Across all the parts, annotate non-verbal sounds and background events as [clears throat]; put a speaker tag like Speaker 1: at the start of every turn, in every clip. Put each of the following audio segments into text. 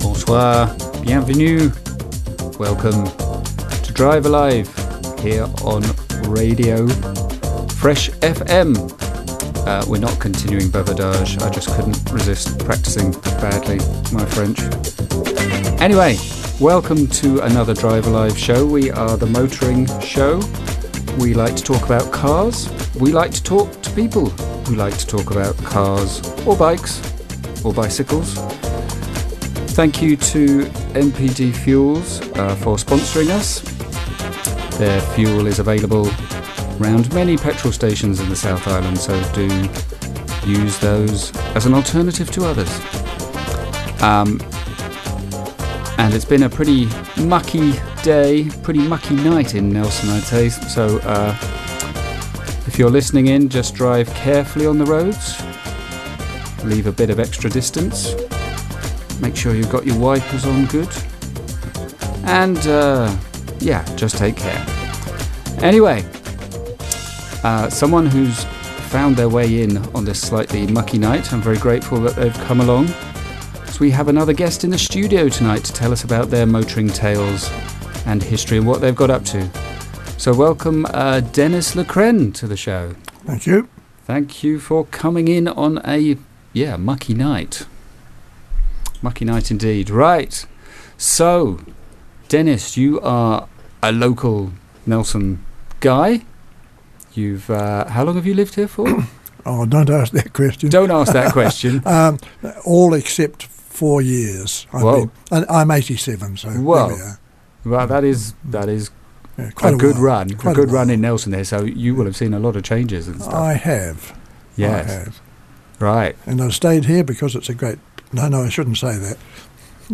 Speaker 1: Bonsoir, bienvenue, welcome to Drive Alive here on Radio Fresh FM. Uh, we're not continuing Bavardage, I just couldn't resist practicing badly my French. Anyway, welcome to another Drive Alive show. We are the motoring show. We like to talk about cars, we like to talk to people, we like to talk about cars or bikes or bicycles. Thank you to MPD Fuels uh, for sponsoring us. Their fuel is available around many petrol stations in the South Island, so do use those as an alternative to others. Um, and it's been a pretty mucky day, pretty mucky night in Nelson, I'd say. So uh, if you're listening in, just drive carefully on the roads, leave a bit of extra distance make sure you've got your wipers on good and uh, yeah just take care anyway uh, someone who's found their way in on this slightly mucky night i'm very grateful that they've come along so we have another guest in the studio tonight to tell us about their motoring tales and history and what they've got up to so welcome uh, dennis lecren to the show
Speaker 2: Thank you.
Speaker 1: Thank you for coming in on a yeah mucky night. Mucky night indeed. Right. So, Dennis, you are a local Nelson guy. You've uh, how long have you lived here
Speaker 2: [coughs]
Speaker 1: for?
Speaker 2: Oh, don't ask that question.
Speaker 1: Don't ask that question.
Speaker 2: Um, all except four years. I've
Speaker 1: Whoa.
Speaker 2: been- and I'm 87, so there
Speaker 1: Whoa.
Speaker 2: we are.
Speaker 1: Well, that is that is
Speaker 2: Yeah,
Speaker 1: a, good
Speaker 2: while.
Speaker 1: run.
Speaker 2: Quite
Speaker 1: a good run
Speaker 2: while.
Speaker 1: in Nelson there. So you will have seen a lot of changes and stuff.
Speaker 2: I have. I
Speaker 1: yes.
Speaker 2: have.
Speaker 1: Right.
Speaker 2: And I've stayed here because it's a great. No, no, I shouldn't say that.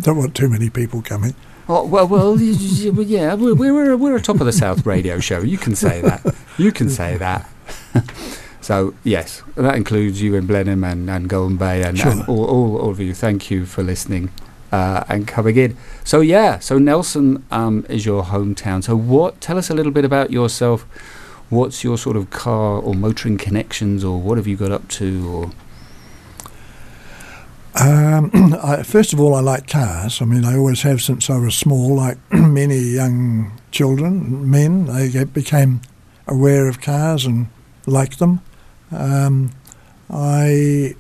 Speaker 2: Don't want too many people coming.
Speaker 1: Oh, well, well, y- y- y- yeah, we're, we're, we're a top of the South radio show. You can say that. You can say that. [laughs] so, yes, that includes you in Blenheim and, and Golden Bay and,
Speaker 2: Sure.
Speaker 1: and all, all, all of you. Thank you for listening uh, and coming in. So, yeah, so Nelson um, is your hometown. So, what? tell us a little bit about yourself. What's your sort of car or motoring connections or what have you got up to? Or
Speaker 2: Um, [clears throat] I, first of all, I like cars. I mean, I always have since I was small. Like [clears throat] many young children, men, they get, became aware of cars and liked them. Um, I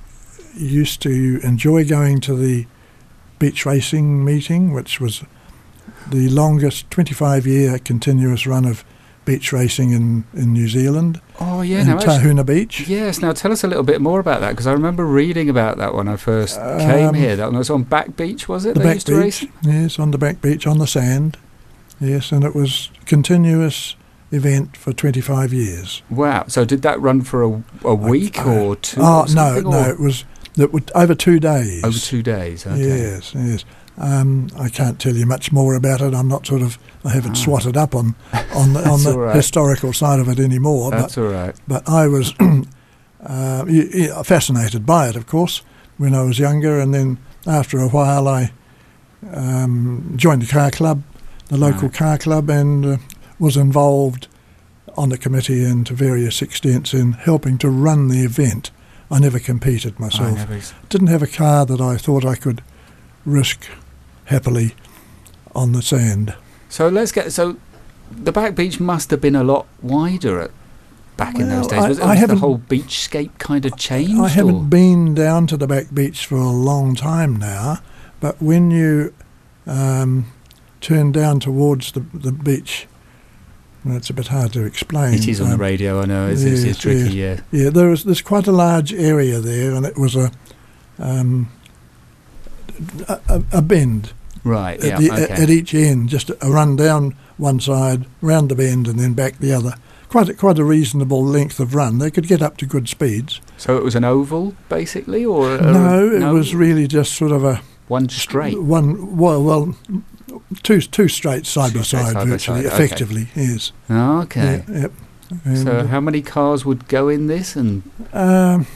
Speaker 2: used to enjoy going to the beach racing meeting, which was the longest 25 year continuous run of beach racing in, in New Zealand,
Speaker 1: Oh, yeah, [laughs]
Speaker 2: in
Speaker 1: now actually-
Speaker 2: Tahuna Beach.
Speaker 1: Yes. Now tell us a little bit more about that because I remember reading about that when I first came
Speaker 2: Um,
Speaker 1: here. That one was on Back Beach, was it?
Speaker 2: the
Speaker 1: they
Speaker 2: back
Speaker 1: used to race.
Speaker 2: beach. Yes, on the back beach on the sand. Yes, and it was continuous event for 25 years.
Speaker 1: Wow. So did that run for a, a week
Speaker 2: I-
Speaker 1: or two? or
Speaker 2: oh no,
Speaker 1: something,
Speaker 2: no,
Speaker 1: or
Speaker 2: it was that was over two days.
Speaker 1: over two days. Okay.
Speaker 2: Yes, yes. Um, I can't tell you much more about it. I'm not sort of I haven't
Speaker 1: Ah.
Speaker 2: swatted up on
Speaker 1: [laughs]
Speaker 2: on the, on
Speaker 1: That's
Speaker 2: the
Speaker 1: all right.
Speaker 2: historical side of it anymore.
Speaker 1: That's all right.
Speaker 2: but but I was [clears throat] uh, y- y- fascinated by it, of course, when I was younger, and then after a while, I um, joined the car club, the local
Speaker 1: Right.
Speaker 2: car club, and uh, was involved on the committee and to various extents in helping to run the event. I never competed
Speaker 1: I
Speaker 2: myself
Speaker 1: never,
Speaker 2: didn't have a car that I thought I could risk happily on the sand.
Speaker 1: so let's get. So the Back Beach must have been a lot wider at, back in those
Speaker 2: Well,
Speaker 1: days.
Speaker 2: I-
Speaker 1: Was, it-
Speaker 2: I
Speaker 1: was the
Speaker 2: haven't-
Speaker 1: whole beachscape kind of changed?
Speaker 2: I
Speaker 1: or-
Speaker 2: haven't been down to the back beach for a long time now, but when you um, turn down towards the, the beach And it's a bit hard to explain.
Speaker 1: It is on the
Speaker 2: Um,
Speaker 1: radio, I know. It's, it's, it's
Speaker 2: yes,
Speaker 1: tricky, yeah.
Speaker 2: Yeah, there is, there's quite a large area there, and it was a um, a, a- a bend
Speaker 1: Right, yeah,
Speaker 2: at, the, at-
Speaker 1: okay.
Speaker 2: at each end, just a run down one side, round the bend, and then back the other. Quite a, quite a reasonable length of run. They could get up to good speeds.
Speaker 1: so it was an oval, basically, or? a-
Speaker 2: no, it was really just sort of a
Speaker 1: One straight.
Speaker 2: one. Well, well, two two straight side
Speaker 1: Two
Speaker 2: by
Speaker 1: straight
Speaker 2: side,
Speaker 1: side by
Speaker 2: virtually,
Speaker 1: side, okay.
Speaker 2: effectively. Yes.
Speaker 1: Okay.
Speaker 2: Yeah, Um, yep. And,
Speaker 1: So how many cars would go in this? And
Speaker 2: Um,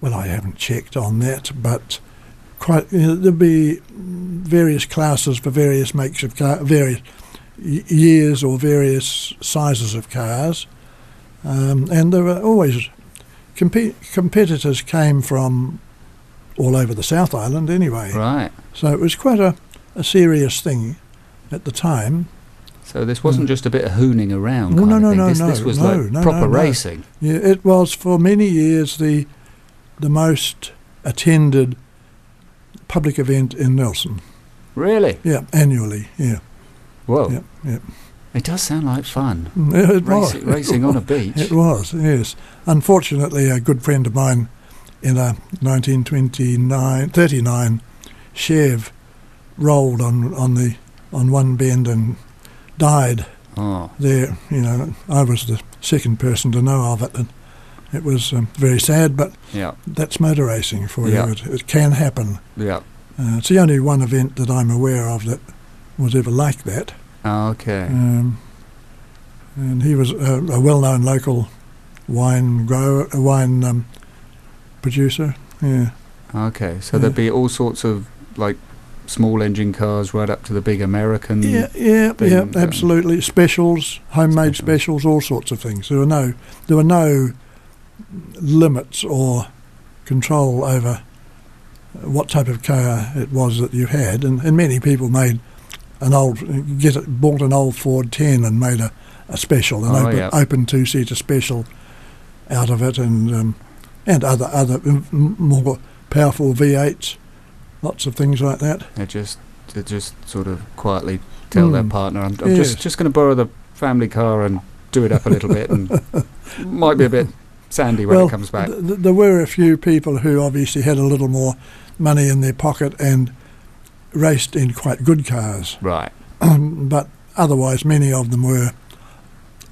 Speaker 2: well, I haven't checked on that, but quite you know, there'd be various classes for various makes of car, various y- years or various sizes of cars, um, and there were always compe- competitors came from all over the South Island anyway.
Speaker 1: right.
Speaker 2: So it was quite a, a serious thing at the time.
Speaker 1: So this wasn't
Speaker 2: Mm.
Speaker 1: just a bit of hooning around.
Speaker 2: No,
Speaker 1: kind
Speaker 2: no,
Speaker 1: of
Speaker 2: no,
Speaker 1: thing.
Speaker 2: no,
Speaker 1: this, This
Speaker 2: no,
Speaker 1: was
Speaker 2: no,
Speaker 1: like
Speaker 2: no,
Speaker 1: proper
Speaker 2: no, no.
Speaker 1: racing.
Speaker 2: Yeah, it was for many years the the most attended public event in Nelson.
Speaker 1: Really?
Speaker 2: Yeah, annually. Yeah,
Speaker 1: Whoa.
Speaker 2: yeah, yeah.
Speaker 1: It does sound like fun.
Speaker 2: Mm, It was. [laughs]
Speaker 1: Racing, racing on a beach.
Speaker 2: It was. Yes. Unfortunately, a good friend of mine in a 1929 39 Chev rolled on on the on one bend and died
Speaker 1: Oh,
Speaker 2: there, you know, I was the second person to know of it, and it was um, very sad. But
Speaker 1: yeah,
Speaker 2: that's motor racing for
Speaker 1: Yeah.
Speaker 2: you. It, it can happen.
Speaker 1: yeah.
Speaker 2: Uh, it's the only one event that I'm aware of that was ever like that.
Speaker 1: Okay.
Speaker 2: Um, and he was a, a well-known local wine grower, a wine um, producer. Yeah,
Speaker 1: Okay. So there'd be all sorts of like small engine cars right up to the big American.
Speaker 2: yeah, yeah,
Speaker 1: Been,
Speaker 2: yeah.
Speaker 1: um,
Speaker 2: Absolutely, specials, homemade
Speaker 1: Specials.
Speaker 2: specials. all sorts of things. There were no, there were no limits or control over what type of car it was that you had, and, and many people made an old, get it, bought an old Ford Ten and made a, a special, an
Speaker 1: Oh,
Speaker 2: open,
Speaker 1: yeah.
Speaker 2: open two seater special out of it, and um, and other other m- m- more powerful V8s, lots of things like that.
Speaker 1: They just, they just sort of quietly tell their
Speaker 2: Mm.
Speaker 1: partner, "I'm, I'm just
Speaker 2: Yes.
Speaker 1: just going to borrow the family car and do it up a little bit, and
Speaker 2: [laughs]
Speaker 1: might be a bit sandy when it comes back."
Speaker 2: th- th- there were a few people who obviously had a little more money in their pocket and raced in quite good cars, [clears throat]
Speaker 1: right.
Speaker 2: but otherwise many of them were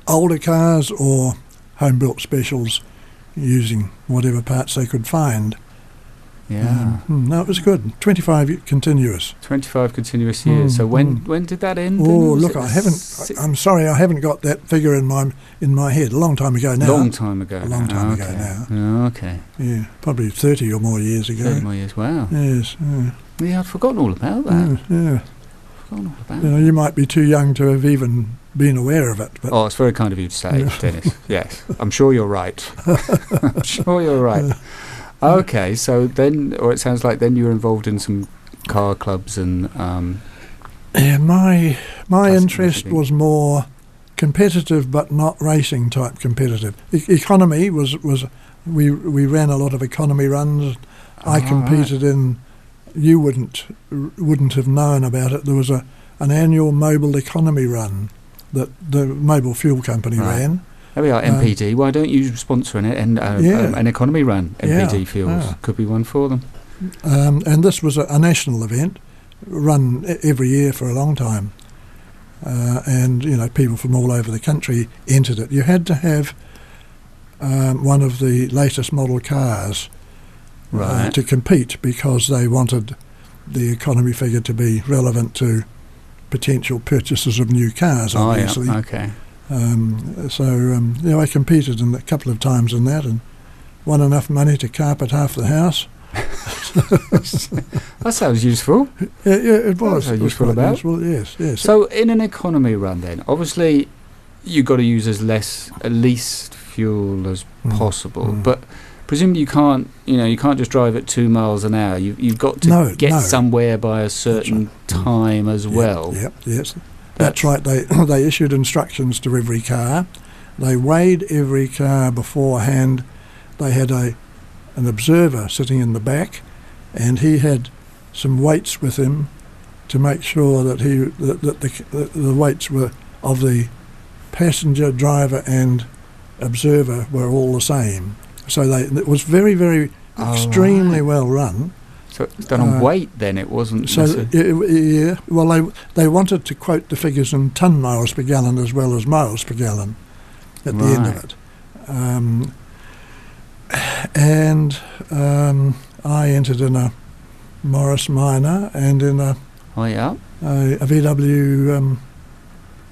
Speaker 2: older cars or home built specials using whatever parts they could find.
Speaker 1: Yeah.
Speaker 2: Mm, no, it was good. 25 y- continuous.
Speaker 1: 25 continuous years.
Speaker 2: Mm,
Speaker 1: So when
Speaker 2: mm.
Speaker 1: when did that end? then?
Speaker 2: Oh,
Speaker 1: Was
Speaker 2: look,
Speaker 1: it
Speaker 2: I haven't.
Speaker 1: six-
Speaker 2: I, am sorry, I haven't got that figure in my in my head. A long time ago now.
Speaker 1: long time ago.
Speaker 2: A long
Speaker 1: now.
Speaker 2: time ago
Speaker 1: okay.
Speaker 2: now.
Speaker 1: now. Okay.
Speaker 2: Yeah, probably 30 or more years ago.
Speaker 1: 30 more years. Wow.
Speaker 2: Yes. Yeah. Hmm.
Speaker 1: Yeah, I'd forgotten all about that.
Speaker 2: yeah, yeah.
Speaker 1: Forgotten all about
Speaker 2: You know,
Speaker 1: that.
Speaker 2: you might be too young to have even been aware of it, but
Speaker 1: Oh, it's very kind of you to say,
Speaker 2: [laughs]
Speaker 1: Dennis. Yes, I'm sure you're right. [laughs] I'm sure you're right. Okay, so then, or it sounds like then you were involved in some car clubs and um,
Speaker 2: yeah, my my
Speaker 1: Classic
Speaker 2: interest
Speaker 1: racing.
Speaker 2: was more competitive, but not racing type competitive. E- economy was was we we ran a lot of economy runs. I
Speaker 1: Ah,
Speaker 2: competed in. You wouldn't wouldn't have known about it. There was a an annual mobile economy run that the mobile fuel company
Speaker 1: Right.
Speaker 2: ran.
Speaker 1: There we are,
Speaker 2: Um,
Speaker 1: MPD. Why don't you sponsor an, an, uh,
Speaker 2: Yeah.
Speaker 1: um, an economy run?
Speaker 2: Yeah, Ah.
Speaker 1: MPD fuels
Speaker 2: yeah.
Speaker 1: could be one for them.
Speaker 2: Um, and this was a, a national event, run e- every year for a long time. Uh, and, you know, people from all over the country entered it. You had to have um, one of the latest model cars uh,
Speaker 1: Right.
Speaker 2: to compete because they wanted the economy figure to be relevant to potential purchasers of new cars,
Speaker 1: oh,
Speaker 2: obviously.
Speaker 1: yeah. Okay.
Speaker 2: Um, so um, you know, I competed in a couple of times in that and won enough money to carpet half the
Speaker 1: [laughs]
Speaker 2: house. [laughs]
Speaker 1: That sounds useful.
Speaker 2: Yeah, yeah, it was.
Speaker 1: how
Speaker 2: It
Speaker 1: you
Speaker 2: was
Speaker 1: feel
Speaker 2: quite
Speaker 1: about it.
Speaker 2: useful, yes, yes.
Speaker 1: So, in an economy run, then obviously you've got to use as less, at least fuel as
Speaker 2: Mm.
Speaker 1: possible.
Speaker 2: mm.
Speaker 1: But presumably you can't, you know, you can't just drive at two miles an hour. You, you've got to
Speaker 2: No,
Speaker 1: get
Speaker 2: no. Mm.
Speaker 1: somewhere by a certain time as
Speaker 2: Yeah,
Speaker 1: well.
Speaker 2: Yep, yes. That's, right. They [coughs] they issued instructions to every car. They weighed every car beforehand. They had a an observer sitting in the back, and he had some weights with him to make sure that he that, that the that the weights were of the passenger, driver, and observer were all the same. So they it was very, very
Speaker 1: Oh,
Speaker 2: extremely
Speaker 1: right.
Speaker 2: well run.
Speaker 1: So it was done on
Speaker 2: Uh,
Speaker 1: weight then, it wasn't.
Speaker 2: So
Speaker 1: necessar-
Speaker 2: y- yeah, well they they wanted to quote the figures in ton miles per gallon as well as miles per gallon at the end of
Speaker 1: Right.
Speaker 2: it. Um, and um, I entered in a Morris Minor and in a
Speaker 1: oh, yeah.
Speaker 2: a, a VW um,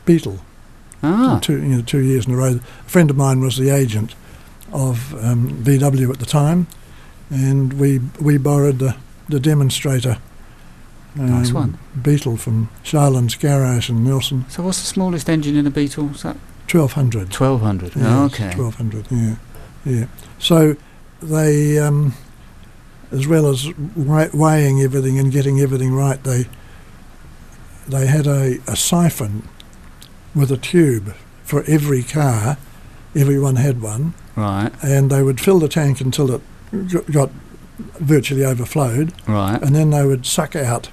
Speaker 2: Beetle.
Speaker 1: Ah,
Speaker 2: Two, you know, two years in a row. A friend of mine was the agent of um, VW at the time, and we we borrowed the, the demonstrator.
Speaker 1: Nice
Speaker 2: um,
Speaker 1: one.
Speaker 2: Beetle from Charlin's garage in Nelson,
Speaker 1: so what's the smallest engine in a Beetle? Is that
Speaker 2: twelve hundred.
Speaker 1: 1200?
Speaker 2: Yeah,
Speaker 1: okay.
Speaker 2: Twelve hundred. Yeah, yeah. So they, um, as well as wei- weighing everything and getting everything right, they they had a, a siphon with a tube for every car. Everyone had one,
Speaker 1: Right,
Speaker 2: and they would fill the tank until it g- got virtually overflowed,
Speaker 1: right.
Speaker 2: and then they would suck out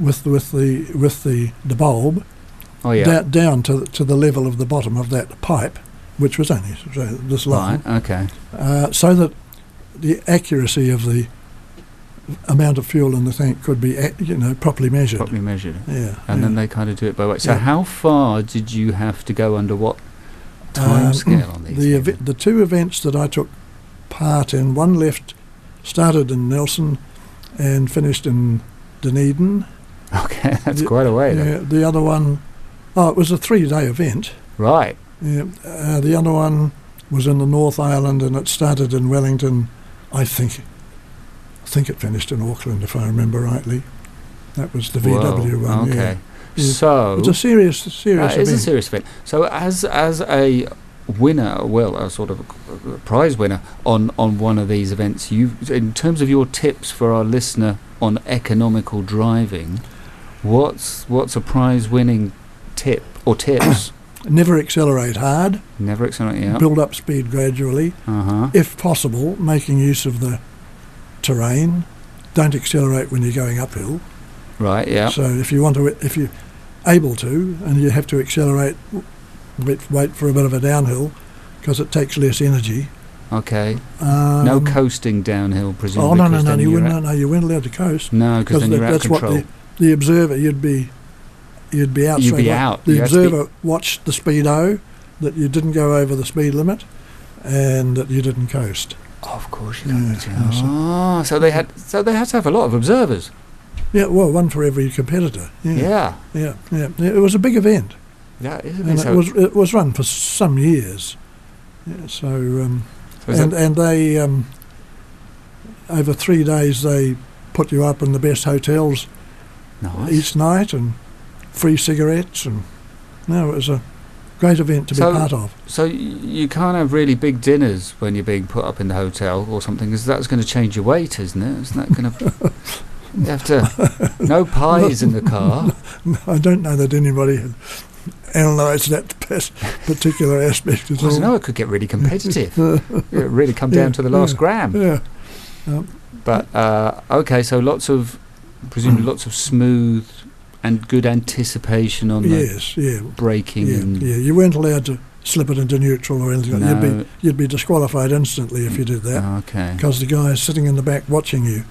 Speaker 2: with with the with the, the bulb
Speaker 1: Oh, yeah.
Speaker 2: da- down to the, to the level of the bottom of that pipe, which was only s- so this long,
Speaker 1: right, okay.
Speaker 2: uh, so that the accuracy of the amount of fuel in the tank could be ac- you know properly measured.
Speaker 1: Properly measured.
Speaker 2: Yeah,
Speaker 1: And then
Speaker 2: yeah.
Speaker 1: they kind of do it by weight. So
Speaker 2: Yeah.
Speaker 1: how far did you have to go under what time
Speaker 2: Um,
Speaker 1: scale on these?
Speaker 2: the
Speaker 1: things?
Speaker 2: ev- the two events that I took part in, one left started in Nelson and finished in Dunedin.
Speaker 1: [laughs] okay, that's
Speaker 2: the-
Speaker 1: quite a way. Then.
Speaker 2: Yeah, the other one, oh, it was a three-day event.
Speaker 1: Right.
Speaker 2: Yeah, uh, the other one was in the North Island, and it started in Wellington. I think, I think it finished in Auckland, if I remember rightly. That was the VW
Speaker 1: Whoa,
Speaker 2: one.
Speaker 1: Okay.
Speaker 2: Yeah.
Speaker 1: So
Speaker 2: It's a serious, serious
Speaker 1: that is a
Speaker 2: event.
Speaker 1: serious event. So as as a winner, well, a sort of a prize winner on on one of these events, you in terms of your tips for our listener on economical driving, what's what's a prize winning tip or tips? [coughs]
Speaker 2: Never accelerate hard.
Speaker 1: Never accelerate. Yeah.
Speaker 2: Build up speed gradually,
Speaker 1: Uh huh.
Speaker 2: if possible, making use of the terrain. Don't accelerate when you're going uphill.
Speaker 1: Right. Yeah.
Speaker 2: So if you want to, if you're able to, and you have to accelerate, wait, wait for a bit of a downhill, because it takes less energy.
Speaker 1: Okay.
Speaker 2: Um,
Speaker 1: no coasting downhill,
Speaker 2: Oh
Speaker 1: presumably.
Speaker 2: no no
Speaker 1: 'cause
Speaker 2: no!
Speaker 1: then
Speaker 2: You
Speaker 1: you're
Speaker 2: wouldn't
Speaker 1: out-
Speaker 2: no you weren't allowed to coast
Speaker 1: No, because
Speaker 2: because
Speaker 1: then you're out
Speaker 2: that's
Speaker 1: of
Speaker 2: what
Speaker 1: control.
Speaker 2: the, the observer you'd be you'd be out.
Speaker 1: You'd
Speaker 2: so
Speaker 1: be
Speaker 2: what-
Speaker 1: out.
Speaker 2: The
Speaker 1: You had to be-
Speaker 2: observer watched the speedo that you didn't go over the speed limit and that you didn't coast.
Speaker 1: of course,
Speaker 2: Oh, you don't. Yeah, so-
Speaker 1: Ah, so they had, so they had to have a lot of observers.
Speaker 2: Yeah, well, one for every competitor. Yeah, yeah,
Speaker 1: Yeah,
Speaker 2: yeah. yeah. It was a big event,
Speaker 1: that is.
Speaker 2: and
Speaker 1: so,
Speaker 2: it was it was run for some years. Yeah, so. Um,
Speaker 1: so is
Speaker 2: and
Speaker 1: that-
Speaker 2: and they um, over three days they put you up in the best hotels
Speaker 1: nice.
Speaker 2: each night and free cigarettes and no, it was a great event to be
Speaker 1: So-
Speaker 2: part of. [laughs]
Speaker 1: So y- you can't have really big dinners when you're being put up in the hotel or something, because that's going to change your weight, isn't it? Isn't that going to?
Speaker 2: [laughs]
Speaker 1: You have to. No pies in the
Speaker 2: [laughs]
Speaker 1: car.
Speaker 2: I don't know that anybody had analysed that [laughs] pers- particular aspect at
Speaker 1: I don't
Speaker 2: all.
Speaker 1: know. It could get really
Speaker 2: [laughs]
Speaker 1: competitive. It really come down
Speaker 2: Yeah,
Speaker 1: to the last
Speaker 2: yeah,
Speaker 1: gram.
Speaker 2: Yeah,
Speaker 1: But uh, okay, so lots of presumably lots of smooth and good anticipation on the
Speaker 2: yes, yeah,
Speaker 1: braking
Speaker 2: yeah,
Speaker 1: and
Speaker 2: yeah. You weren't allowed to slip it into neutral or anything. like that. You'd
Speaker 1: no.
Speaker 2: be you'd be disqualified instantly if you did that
Speaker 1: Okay.
Speaker 2: because the guy is sitting in the back watching you.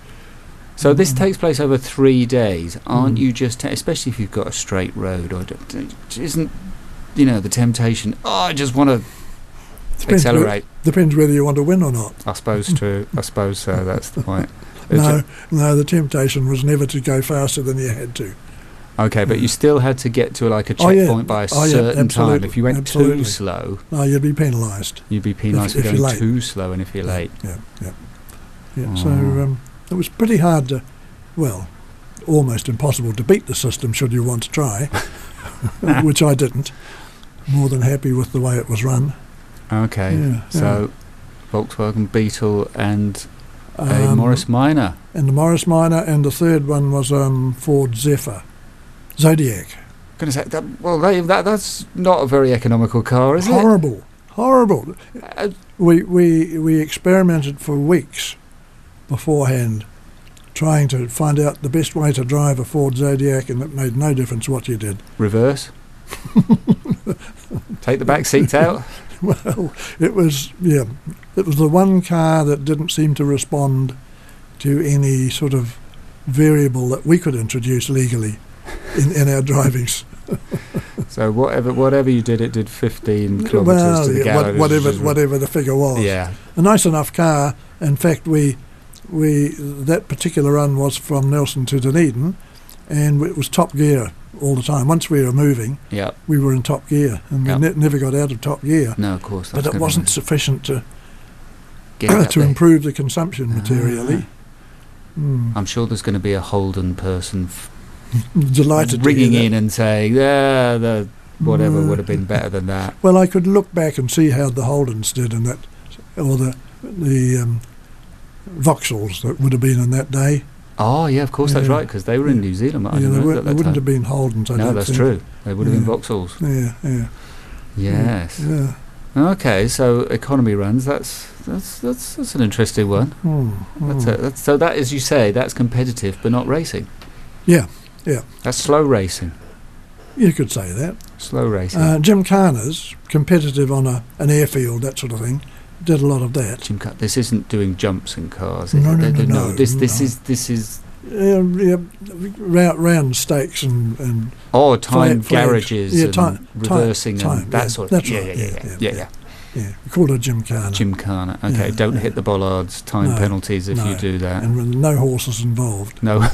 Speaker 1: So this
Speaker 2: Mm.
Speaker 1: takes place over three days, aren't
Speaker 2: Mm.
Speaker 1: you? Just ta- especially if you've got a straight road, or d- d- isn't you know the temptation? Oh, I just want to
Speaker 2: Depends where-
Speaker 1: accelerate.
Speaker 2: Depends whether you want to win or not.
Speaker 1: I suppose to. I suppose
Speaker 2: [laughs]
Speaker 1: so. That's the point. It's
Speaker 2: No, no, the temptation was never to go faster than you had to.
Speaker 1: a- Okay, but you still had to get to like a
Speaker 2: Oh,
Speaker 1: checkpoint
Speaker 2: yeah.
Speaker 1: by a
Speaker 2: Oh, yeah,
Speaker 1: certain time.
Speaker 2: absolutely,
Speaker 1: If you went too
Speaker 2: absolutely.
Speaker 1: slow,
Speaker 2: No, you'd be penalised.
Speaker 1: you'd be penalised
Speaker 2: if
Speaker 1: for
Speaker 2: you're
Speaker 1: going
Speaker 2: late.
Speaker 1: too slow, and if you're late.
Speaker 2: Yeah, yeah. yeah. So
Speaker 1: Oh.
Speaker 2: um, it was pretty hard to, well, almost impossible to beat the system should you want to try, [laughs] which I didn't. More than happy with the way it was run.
Speaker 1: Okay.
Speaker 2: Yeah,
Speaker 1: So, Volkswagen Beetle and
Speaker 2: yeah.
Speaker 1: a
Speaker 2: Um,
Speaker 1: Morris Minor.
Speaker 2: And the Morris Minor, and the third one was um, Ford Zephyr. Zodiac.
Speaker 1: Gonna say that, well, they, that that's not a very economical car, is it?
Speaker 2: horrible, horrible.
Speaker 1: Uh,
Speaker 2: We, we, we experimented for weeks beforehand trying to find out the best way to drive a Ford Zodiac, and it made no difference what you did. [laughs]
Speaker 1: reverse. Take the back seats out.
Speaker 2: [laughs] Well, it was yeah, it was the one car that didn't seem to respond to any sort of variable that we could introduce legally in, in
Speaker 1: [laughs]
Speaker 2: our drivings.
Speaker 1: So whatever whatever you did, it did 15 kilometres
Speaker 2: well,
Speaker 1: to the
Speaker 2: yeah,
Speaker 1: gallon.
Speaker 2: what-
Speaker 1: It was
Speaker 2: whatever
Speaker 1: just-
Speaker 2: whatever the figure was.
Speaker 1: Yeah.
Speaker 2: a nice enough car. In fact, we we that particular run was from Nelson to Dunedin, and it was top gear all the time. Once we were moving,
Speaker 1: Yeah.
Speaker 2: we were in top gear, and we
Speaker 1: Yeah.
Speaker 2: ne- never got out of top gear.
Speaker 1: No, of course.
Speaker 2: But
Speaker 1: that's
Speaker 2: it
Speaker 1: gonna
Speaker 2: wasn't sufficient to
Speaker 1: get up
Speaker 2: [coughs] to
Speaker 1: there.
Speaker 2: improve the consumption materially.
Speaker 1: Ah.
Speaker 2: Mm.
Speaker 1: I'm sure there's going to be a Holden person f-
Speaker 2: Delighted
Speaker 1: ringing
Speaker 2: to hear
Speaker 1: in
Speaker 2: that.
Speaker 1: and saying, "Yeah, the whatever
Speaker 2: Mm.
Speaker 1: would have been better than that."
Speaker 2: Well, I could look back and see how the Holdens did in that, or the the um, Vauxhalls that would have been in that day.
Speaker 1: Oh, yeah, of course that's
Speaker 2: Yeah.
Speaker 1: right because they were in New Zealand. I
Speaker 2: yeah,
Speaker 1: didn't
Speaker 2: they,
Speaker 1: know
Speaker 2: were,
Speaker 1: that
Speaker 2: they
Speaker 1: that
Speaker 2: wouldn't
Speaker 1: time.
Speaker 2: have been Holdens. I
Speaker 1: no,
Speaker 2: don't
Speaker 1: that's
Speaker 2: think.
Speaker 1: true. They would have been
Speaker 2: Yeah. Mm.
Speaker 1: Vauxhalls.
Speaker 2: Yeah, yeah.
Speaker 1: Yes.
Speaker 2: Yeah.
Speaker 1: Okay, so economy runs. That's that's that's that's an interesting one.
Speaker 2: Hmm,
Speaker 1: That's
Speaker 2: hmm.
Speaker 1: a, that's, so that, as you say, that's competitive but not racing.
Speaker 2: Yeah, yeah.
Speaker 1: That's slow racing.
Speaker 2: You could say that.
Speaker 1: Slow racing.
Speaker 2: Uh, Jim Carner's competitive on a, an airfield, that sort of thing, did a lot of that.
Speaker 1: Jim Cut. This isn't doing jumps in cars. Is
Speaker 2: No,
Speaker 1: it?
Speaker 2: no,
Speaker 1: They
Speaker 2: no,
Speaker 1: don't-
Speaker 2: no,
Speaker 1: This this
Speaker 2: no.
Speaker 1: is this is
Speaker 2: Uh, yeah, round, round stakes and, and
Speaker 1: Oh, time
Speaker 2: Flag- flags.
Speaker 1: garages
Speaker 2: Yeah,
Speaker 1: and
Speaker 2: time- time-
Speaker 1: reversing
Speaker 2: time,
Speaker 1: and that
Speaker 2: yeah,
Speaker 1: sort of
Speaker 2: that's
Speaker 1: yeah,
Speaker 2: right,
Speaker 1: yeah,
Speaker 2: yeah,
Speaker 1: yeah,
Speaker 2: yeah,
Speaker 1: yeah,
Speaker 2: yeah.
Speaker 1: yeah.
Speaker 2: yeah, we called her Jim Carner.
Speaker 1: Gymkhana. Okay,
Speaker 2: Yeah,
Speaker 1: don't
Speaker 2: yeah.
Speaker 1: hit the bollards. Time
Speaker 2: No,
Speaker 1: penalties if you
Speaker 2: no.
Speaker 1: do that.
Speaker 2: and with no horses involved.
Speaker 1: No.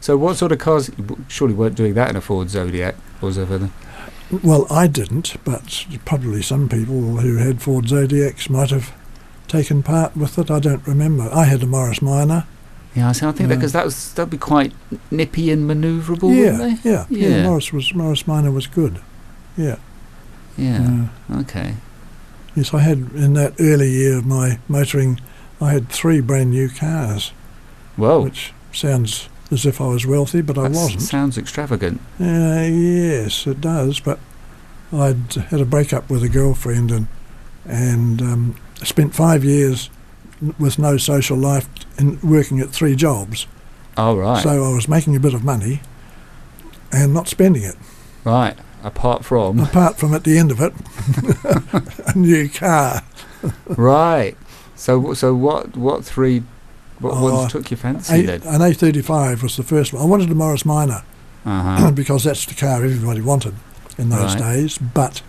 Speaker 1: so what sort of cars? w- Surely weren't doing that in a Ford Zodiac or something.
Speaker 2: Well, I didn't, but probably some people who had Ford Zodiacs might have taken part with it. I don't remember. I had a Morris Minor.
Speaker 1: Yeah, so I think that
Speaker 2: No.
Speaker 1: because that was that'd be quite nippy and manoeuvrable,
Speaker 2: Yeah,
Speaker 1: wouldn't
Speaker 2: yeah, yeah,
Speaker 1: Yeah.
Speaker 2: Morris was Morris Minor was good. Yeah.
Speaker 1: they? Yeah.
Speaker 2: Uh,
Speaker 1: Okay.
Speaker 2: Yes, I had in that early year of my motoring, I had three brand new cars,
Speaker 1: Well,
Speaker 2: which sounds as if I was wealthy, but I
Speaker 1: that
Speaker 2: wasn't.
Speaker 1: sounds extravagant.
Speaker 2: Uh, yes, it does. But I'd had a breakup with a girlfriend and and um, spent five years n- with no social life and working at three jobs.
Speaker 1: All right.
Speaker 2: So I was making a bit of money and not spending it.
Speaker 1: right. Apart from
Speaker 2: [laughs] Apart from at the end of it, [laughs] a new car.
Speaker 1: right. So wh- so what what three what
Speaker 2: Oh,
Speaker 1: ones took your fancy
Speaker 2: Eight-
Speaker 1: then?
Speaker 2: [coughs] an A35 was the first one. I wanted a Morris Minor.
Speaker 1: Uh-huh.
Speaker 2: [clears throat] because that's the car everybody wanted in those
Speaker 1: Right.
Speaker 2: days. But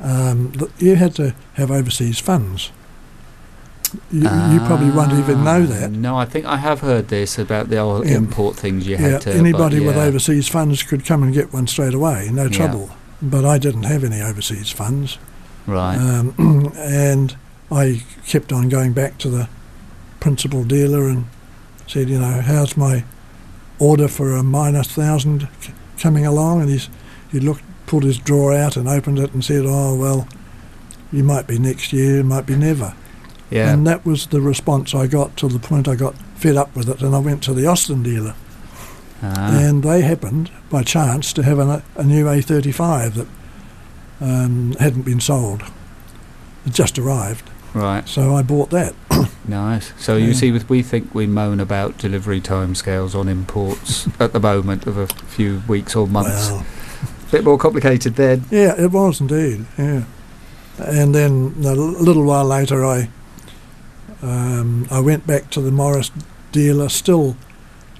Speaker 2: um, th- you had to have overseas funds. You, you probably won't even know
Speaker 1: Ah,
Speaker 2: that.
Speaker 1: No, I think I have heard this about the old
Speaker 2: Yeah.
Speaker 1: import things you
Speaker 2: Yeah,
Speaker 1: had to. but
Speaker 2: anybody with
Speaker 1: yeah.
Speaker 2: overseas funds could come and get one straight away, no
Speaker 1: Yeah.
Speaker 2: trouble. But I didn't have any overseas funds,
Speaker 1: Right.
Speaker 2: um, [clears throat] and I kept on going back to the principal dealer and said, you know, how's my order for a minor thousand c- coming along? And he's, he looked, pulled his drawer out and opened it and said, oh, well, you might be next year, you might be never.
Speaker 1: yeah.
Speaker 2: And that was the response I got to the point I got fed up with it and I went to the Austin dealer.
Speaker 1: Ah,
Speaker 2: And they happened, by chance, to have an, a new A35 that um, hadn't been sold. It just arrived.
Speaker 1: Right.
Speaker 2: So I bought that.
Speaker 1: Nice. So you
Speaker 2: Yeah.
Speaker 1: see, with we think we moan about delivery timescales on
Speaker 2: [laughs]
Speaker 1: imports at the moment of a few weeks or months.
Speaker 2: Well,
Speaker 1: Bit more complicated then.
Speaker 2: Yeah, it was indeed. Yeah, and then a l- little while later, I um, I went back to the Morris dealer, still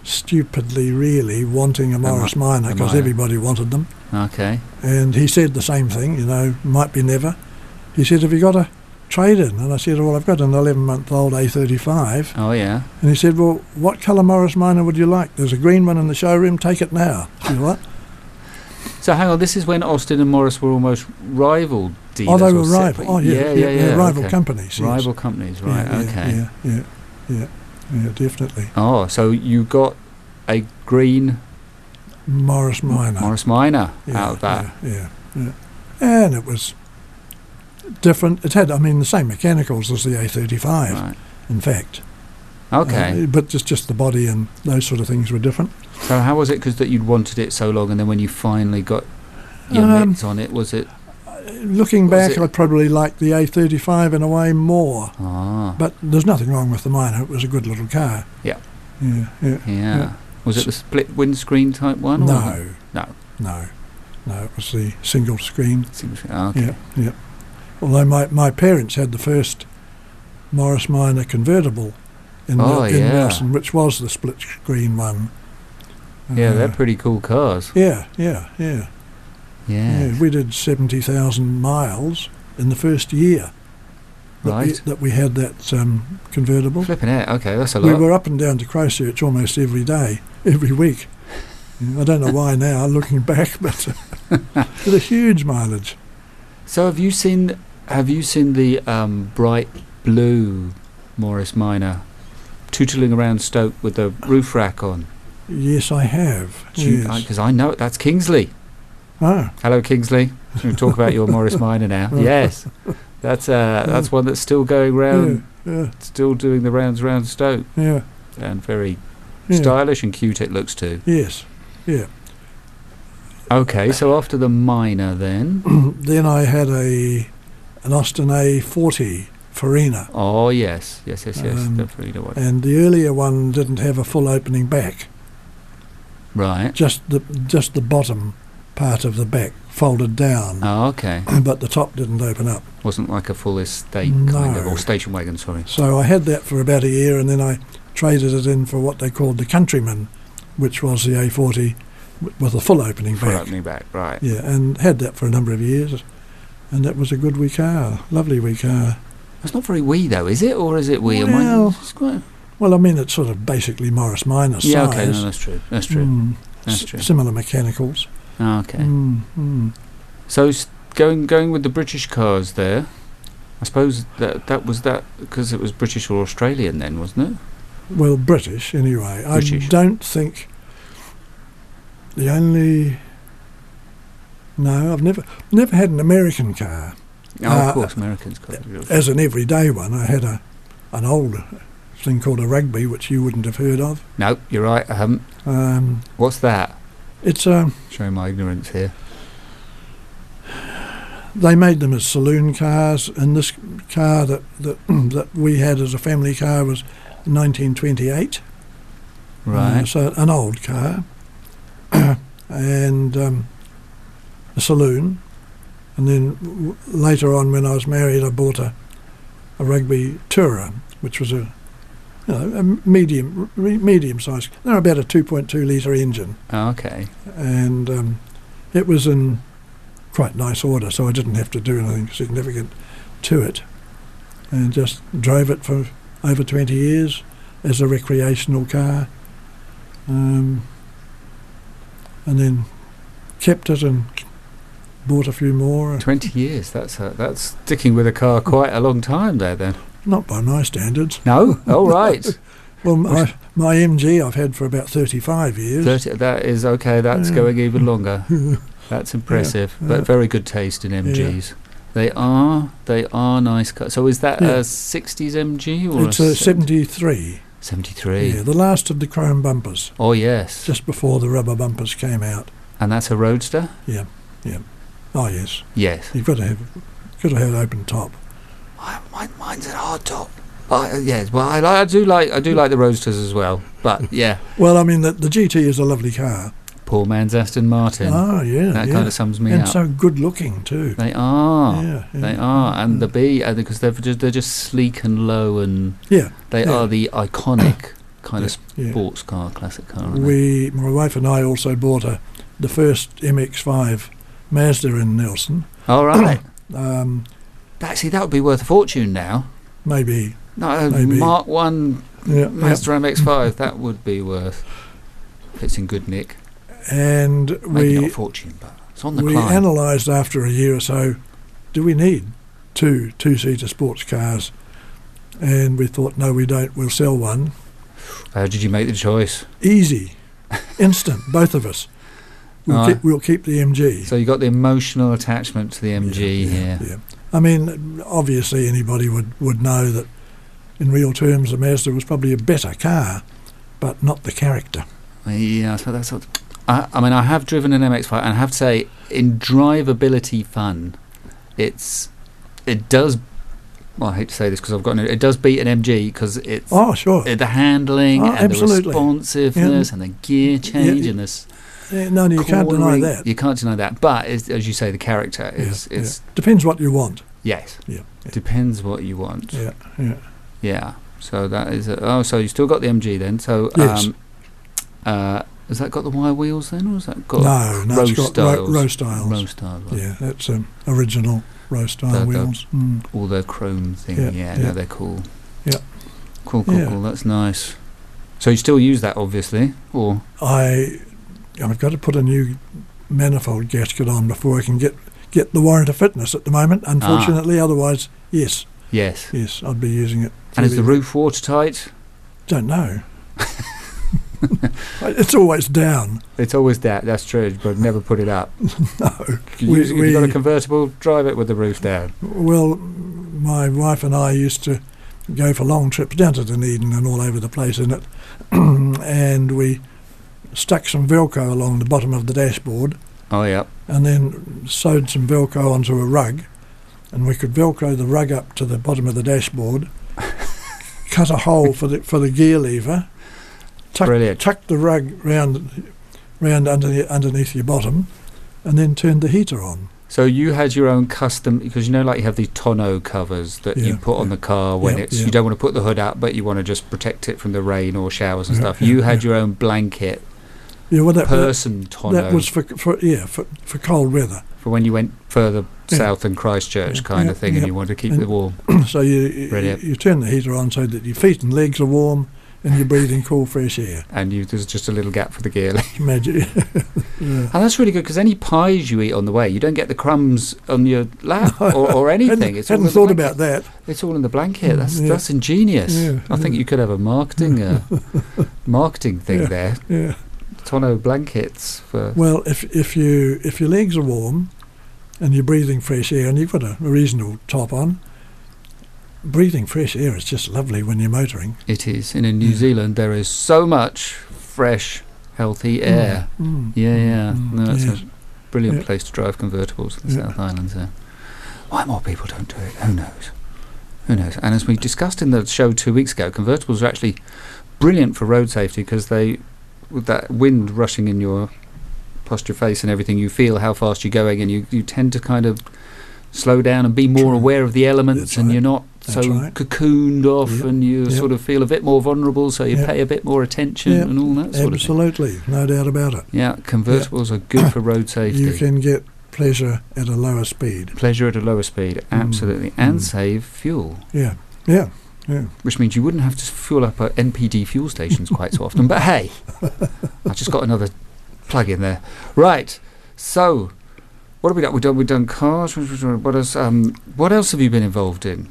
Speaker 2: stupidly, really wanting a
Speaker 1: mi-
Speaker 2: Morris Minor
Speaker 1: a
Speaker 2: because
Speaker 1: minor.
Speaker 2: everybody wanted them.
Speaker 1: Okay.
Speaker 2: And he said the same thing, you know, might be never. He said, "Have you got a trade in?" And I said, "Well, I've got an 11-month-old A35."
Speaker 1: Oh yeah.
Speaker 2: And he said, "Well, what colour Morris Minor would you like? There's a green one in the showroom. Take it now." You know what?
Speaker 1: So hang on. This is when Austin and Morris were almost rival dealers.
Speaker 2: oh, they
Speaker 1: or
Speaker 2: were
Speaker 1: sep-
Speaker 2: rival. Oh,
Speaker 1: yeah, yeah, yeah.
Speaker 2: rival
Speaker 1: okay.
Speaker 2: companies. yes.
Speaker 1: Rival companies. Right.
Speaker 2: Yeah, yeah,
Speaker 1: okay.
Speaker 2: Yeah, yeah, yeah, yeah, definitely.
Speaker 1: Oh, so you got a green
Speaker 2: Morris Minor.
Speaker 1: Morris Minor
Speaker 2: yeah,
Speaker 1: out of that.
Speaker 2: Yeah, yeah, yeah. And it was different. It had, I mean, the same mechanicals as the A35,
Speaker 1: Right.
Speaker 2: in fact.
Speaker 1: Okay.
Speaker 2: Uh, but just, just the body and those sort of things were different.
Speaker 1: so how was it? Because that you'd wanted it so long, and then when you finally got your
Speaker 2: Um,
Speaker 1: mitts on it, was it?
Speaker 2: Uh, Looking
Speaker 1: Was
Speaker 2: back,
Speaker 1: it-
Speaker 2: I probably liked the A35 in a way more.
Speaker 1: Ah,
Speaker 2: But there's nothing wrong with the Minor. It was a good little car.
Speaker 1: Yeah.
Speaker 2: Yeah, yeah.
Speaker 1: yeah. Was it the split windscreen type one? Or
Speaker 2: No.
Speaker 1: No.
Speaker 2: No. No, it was the single screen.
Speaker 1: Ah, okay.
Speaker 2: Yeah, yeah. Although my, my parents had the first Morris Minor convertible in,
Speaker 1: Oh,
Speaker 2: Mel- in
Speaker 1: yeah.
Speaker 2: Nelson, which was the split screen one.
Speaker 1: Yeah,
Speaker 2: Uh,
Speaker 1: they're pretty cool cars.
Speaker 2: yeah, yeah, yeah,
Speaker 1: Yeah.
Speaker 2: yeah. We did 70,000 miles in the first year that, we,
Speaker 1: Right.
Speaker 2: that we had that um, convertible.
Speaker 1: Flipping it. Okay, that's a
Speaker 2: We
Speaker 1: lot.
Speaker 2: were up and down to Christchurch almost every day, every week. I don't know why now, looking back, [laughs] but did a huge mileage.
Speaker 1: So have you seen have you seen the um, bright blue Morris Minor tootling around Stoke with the roof rack on?
Speaker 2: Yes, I have. Yes.
Speaker 1: Because I know it. That's Kingsley.
Speaker 2: Oh,
Speaker 1: Hello, Kingsley. We talk about your Morris Minor now.
Speaker 2: Yeah.
Speaker 1: Yes, that's uh, that's one that's still going
Speaker 2: yeah,
Speaker 1: round,
Speaker 2: yeah,
Speaker 1: still doing the rounds round Stoke,
Speaker 2: yeah,
Speaker 1: and very
Speaker 2: yeah.
Speaker 1: stylish and cute it looks too.
Speaker 2: Yes. [clears throat]
Speaker 1: Okay, so after the Minor, then.
Speaker 2: then I had a an Austin A40 Farina,
Speaker 1: Oh yes, yes, yes, yes.
Speaker 2: Um,
Speaker 1: the Frida one.
Speaker 2: and the earlier one didn't have a full opening back,
Speaker 1: Right.
Speaker 2: just the just the bottom part of the back folded down,
Speaker 1: Oh, okay.
Speaker 2: but the top didn't open up.
Speaker 1: Wasn't like a full estate kind of
Speaker 2: No.
Speaker 1: or station wagon. Sorry.
Speaker 2: So I had that for about a year, and then I traded it in for what they called the Countryman, which was the A40 w- with a full opening
Speaker 1: Full
Speaker 2: back.
Speaker 1: opening back. Right.
Speaker 2: Yeah, and had that for a number of years, and that was a good wee car, lovely wee car.
Speaker 1: It's not very wee though, is it? Or is it wee? Am I-
Speaker 2: Well,
Speaker 1: it's quite-
Speaker 2: Well, I mean, it's sort of basically Morris Minor
Speaker 1: yeah.
Speaker 2: size.
Speaker 1: Okay. No, that's true. That's true.
Speaker 2: Mm,
Speaker 1: That's
Speaker 2: s-
Speaker 1: true.
Speaker 2: Similar mechanicals.
Speaker 1: Ah, okay.
Speaker 2: Mm, mm.
Speaker 1: So s- going going with the British cars there. I suppose that that was that because it was British or Australian then, wasn't it?
Speaker 2: Well, British anyway.
Speaker 1: British.
Speaker 2: I don't think the only. No, I've never never had an American car
Speaker 1: Oh,
Speaker 2: Uh,
Speaker 1: of course, Americans got it.
Speaker 2: as an everyday one. I had a an old thing called a Rugby, which you wouldn't have heard of.
Speaker 1: No, you're right. I haven't.
Speaker 2: Um,
Speaker 1: What's that?
Speaker 2: it's um,
Speaker 1: Showing my ignorance here.
Speaker 2: they made them as saloon cars, and this car that that [clears throat] that we had as a family car was 1928. Uh,
Speaker 1: Right.
Speaker 2: so an old car [clears throat] and um, a saloon. And then w- later on, when I was married, I bought a, a rugby tourer, which was a you know, a medium re- medium size. They're about a 2.2 litre engine,
Speaker 1: Oh, okay.
Speaker 2: and um, it was in quite nice order, so I didn't have to do anything significant to it, and just drove it for over 20 years as a recreational car, um, and then kept it and bought a few more.
Speaker 1: 20 years that's a, that's sticking with a car quite a long time there then
Speaker 2: Not by my standards.
Speaker 1: no all
Speaker 2: [laughs]
Speaker 1: right
Speaker 2: Well, my, my MG I've had for about 35 years. [laughs]
Speaker 1: 30, that is okay that's
Speaker 2: Yeah.
Speaker 1: going even longer that's impressive
Speaker 2: yeah.
Speaker 1: but very good taste in mgs they are they are nice cars so is that
Speaker 2: Yeah.
Speaker 1: a 60s mg or
Speaker 2: It's a
Speaker 1: se-
Speaker 2: 73.
Speaker 1: 73
Speaker 2: Yeah, the last of the chrome bumpers,
Speaker 1: oh yes
Speaker 2: just before the rubber bumpers came out.
Speaker 1: and that's a roadster
Speaker 2: Oh yes,
Speaker 1: yes
Speaker 2: you've got to have got to have an open top.
Speaker 1: I, mine, mine's an hard top I, yes well I, li- I do like i do like the roadsters as well but yeah
Speaker 2: Well, I mean the, the GT is a lovely car.
Speaker 1: poor man's aston martin
Speaker 2: Oh yeah,
Speaker 1: that
Speaker 2: yeah.
Speaker 1: kind of sums me
Speaker 2: and
Speaker 1: up
Speaker 2: so good looking too.
Speaker 1: they are
Speaker 2: yeah, yeah.
Speaker 1: They are, and the
Speaker 2: Mm.
Speaker 1: B, because they're just, they're just sleek and low, and
Speaker 2: yeah,
Speaker 1: they
Speaker 2: Yeah.
Speaker 1: are the iconic kind of
Speaker 2: yeah.
Speaker 1: sports car, classic car. aren't they?
Speaker 2: We, my wife and I, also bought a the first MX-5 Mazda in Nelson.
Speaker 1: All
Speaker 2: [coughs]
Speaker 1: right.
Speaker 2: Um,
Speaker 1: Actually, that would be worth a fortune now.
Speaker 2: maybe
Speaker 1: No,
Speaker 2: Maybe.
Speaker 1: Mark One
Speaker 2: yeah, yeah.
Speaker 1: Mazda MX-5. That would be worth. If it's in good nick,
Speaker 2: And
Speaker 1: maybe not a
Speaker 2: we
Speaker 1: fortune, but it's on the
Speaker 2: we
Speaker 1: climb.
Speaker 2: analysed after a year or so, do we need two two-seater sports cars? And we thought, no, we don't. We'll sell one.
Speaker 1: How Uh, did you make the choice?
Speaker 2: easy, instant, both of us. We'll,
Speaker 1: Aye.
Speaker 2: keep, we'll keep the MG.
Speaker 1: So you got the emotional attachment to the MG
Speaker 2: yeah,
Speaker 1: here.
Speaker 2: Yeah. I mean, obviously, anybody would, would know that in real terms, the Mazda was probably a better car, but not the character.
Speaker 1: Yeah, so that's. What, I, I mean, I have driven an MX-5, and I have to say, in drivability fun, it's it does. Well, I hate to say this because I've gotten it. It does beat an MG because it's
Speaker 2: Oh, sure.
Speaker 1: uh, the handling
Speaker 2: Oh,
Speaker 1: and
Speaker 2: absolutely.
Speaker 1: the responsiveness and the gear change
Speaker 2: yeah.
Speaker 1: and this.
Speaker 2: Yeah, no, no, you can't deny
Speaker 1: Corey-
Speaker 2: that.
Speaker 1: You can't deny that. But as, as you say, the character
Speaker 2: Yeah,
Speaker 1: is
Speaker 2: yeah.
Speaker 1: is
Speaker 2: Depends what you want.
Speaker 1: yes.
Speaker 2: Yeah, yeah.
Speaker 1: Depends what you want.
Speaker 2: Yeah, yeah.
Speaker 1: Yeah. So that is. A, oh, so you still got the MG then? So
Speaker 2: Yes.
Speaker 1: um, uh, has that got the wire wheels then, or has that got
Speaker 2: no, no,
Speaker 1: row
Speaker 2: it's got ro-
Speaker 1: styles.
Speaker 2: row styles.
Speaker 1: Row style, right.
Speaker 2: Yeah, that's um, original row
Speaker 1: The-
Speaker 2: style
Speaker 1: the-
Speaker 2: wheels. Mm.
Speaker 1: all the chrome thing. Yeah,
Speaker 2: Yeah,
Speaker 1: no,
Speaker 2: yeah.
Speaker 1: they're cool.
Speaker 2: Yeah.
Speaker 1: Cool, cool,
Speaker 2: Yeah.
Speaker 1: cool. That's nice. So you still use that, obviously, or
Speaker 2: I, I've got to put a new manifold gasket on before I can get get the warrant of fitness at the moment. Unfortunately, otherwise, yes,
Speaker 1: yes.
Speaker 2: yes, I'd be using it.
Speaker 1: And is the
Speaker 2: really-
Speaker 1: roof watertight?
Speaker 2: Don't know. it's always down.
Speaker 1: It's always that. That's true. But never put it
Speaker 2: [laughs]
Speaker 1: up.
Speaker 2: No.
Speaker 1: You
Speaker 2: We-
Speaker 1: use- if you've got a
Speaker 2: we-
Speaker 1: convertible, drive it with the roof down.
Speaker 2: Well, my wife and I used to go for long trips down to Dunedin and all over the place in it, [clears throat] and we stuck some Velcro along the bottom of the dashboard
Speaker 1: Oh yeah.
Speaker 2: and then sewed some Velcro onto a rug, and we could Velcro the rug up to the bottom of
Speaker 1: [laughs]
Speaker 2: the dashboard, cut a hole for the for the gear lever, tuck,
Speaker 1: Brilliant.
Speaker 2: tuck the rug round round under the, underneath your bottom, and then turned the heater on.
Speaker 1: So you had your own custom because you know, like you have these tonneau covers that you
Speaker 2: Yeah,
Speaker 1: put on
Speaker 2: yeah.
Speaker 1: the car when
Speaker 2: Yeah,
Speaker 1: it's
Speaker 2: yeah.
Speaker 1: you don't want to put the hood up, but you want to just protect it from the rain or showers and
Speaker 2: Yeah,
Speaker 1: stuff.
Speaker 2: yeah,
Speaker 1: you had
Speaker 2: yeah.
Speaker 1: your own blanket
Speaker 2: Yeah, well that, that,
Speaker 1: person tonneau
Speaker 2: that was for, for yeah for, for cold weather. [clears throat]
Speaker 1: for when you went further
Speaker 2: Yeah.
Speaker 1: south than Christchurch,
Speaker 2: Yeah,
Speaker 1: kind of
Speaker 2: yeah,
Speaker 1: thing, and
Speaker 2: yeah.
Speaker 1: you wanted to keep
Speaker 2: And-
Speaker 1: it warm.
Speaker 2: so you you,
Speaker 1: Brilliant.
Speaker 2: you turn the heater on so that your feet and legs are warm and you're breathing cool fresh air. [laughs]
Speaker 1: and you, there's just a little gap for the gear. [laughs] and
Speaker 2: Imagine, [laughs] yeah.
Speaker 1: that's really good because any pies you eat on the way, you don't get the crumbs on your lap or, or anything.
Speaker 2: [laughs] hadn't,
Speaker 1: it's all in
Speaker 2: hadn't
Speaker 1: the
Speaker 2: thought
Speaker 1: blanket.
Speaker 2: about that.
Speaker 1: It's all in the blanket. That's
Speaker 2: Yeah.
Speaker 1: that's ingenious.
Speaker 2: Yeah,
Speaker 1: I think
Speaker 2: yeah.
Speaker 1: you could have a marketing
Speaker 2: [laughs]
Speaker 1: uh, marketing thing
Speaker 2: Yeah.
Speaker 1: there.
Speaker 2: Yeah.
Speaker 1: Tonneau blankets for
Speaker 2: Well, if if you if your legs are warm and you're breathing fresh air and you've got a reasonable top on, breathing fresh air is just lovely when you're motoring.
Speaker 1: it is. And in New
Speaker 2: Yeah.
Speaker 1: Zealand, there is so much fresh, healthy air.
Speaker 2: Mm.
Speaker 1: Yeah, yeah.
Speaker 2: Mm,
Speaker 1: No, that's
Speaker 2: yes.
Speaker 1: a brilliant
Speaker 2: Yeah.
Speaker 1: place to drive convertibles in the
Speaker 2: Yeah.
Speaker 1: South Islands. There. Why more people don't do it? Who knows? Who knows? And as we discussed in the show two weeks ago, convertibles are actually brilliant for road safety because they, with that wind rushing in your past your face and everything, you feel how fast you're going, and you, you tend to kind of slow down and be more
Speaker 2: True.
Speaker 1: aware of the elements,
Speaker 2: That's
Speaker 1: and
Speaker 2: right.
Speaker 1: you're not
Speaker 2: That's
Speaker 1: so
Speaker 2: right.
Speaker 1: cocooned off,
Speaker 2: Yep.
Speaker 1: and you
Speaker 2: Yep.
Speaker 1: sort of feel a bit more vulnerable, so you
Speaker 2: Yep.
Speaker 1: pay a bit more attention
Speaker 2: Yep.
Speaker 1: and all that sort of thing.
Speaker 2: Absolutely, no doubt about it.
Speaker 1: Yeah, convertibles are good for road safety.
Speaker 2: You can get pleasure at a lower speed.
Speaker 1: Pleasure at a lower speed, absolutely, and
Speaker 2: mm.
Speaker 1: save fuel,
Speaker 2: Yeah, yeah, [clears throat] yeah.
Speaker 1: which means you wouldn't have to fuel up at NPD fuel stations quite so often. But hey, I just got another plug in there. Right, so what have we done? We've done, we've done cars. we've done- What else, um, what else have you been involved in?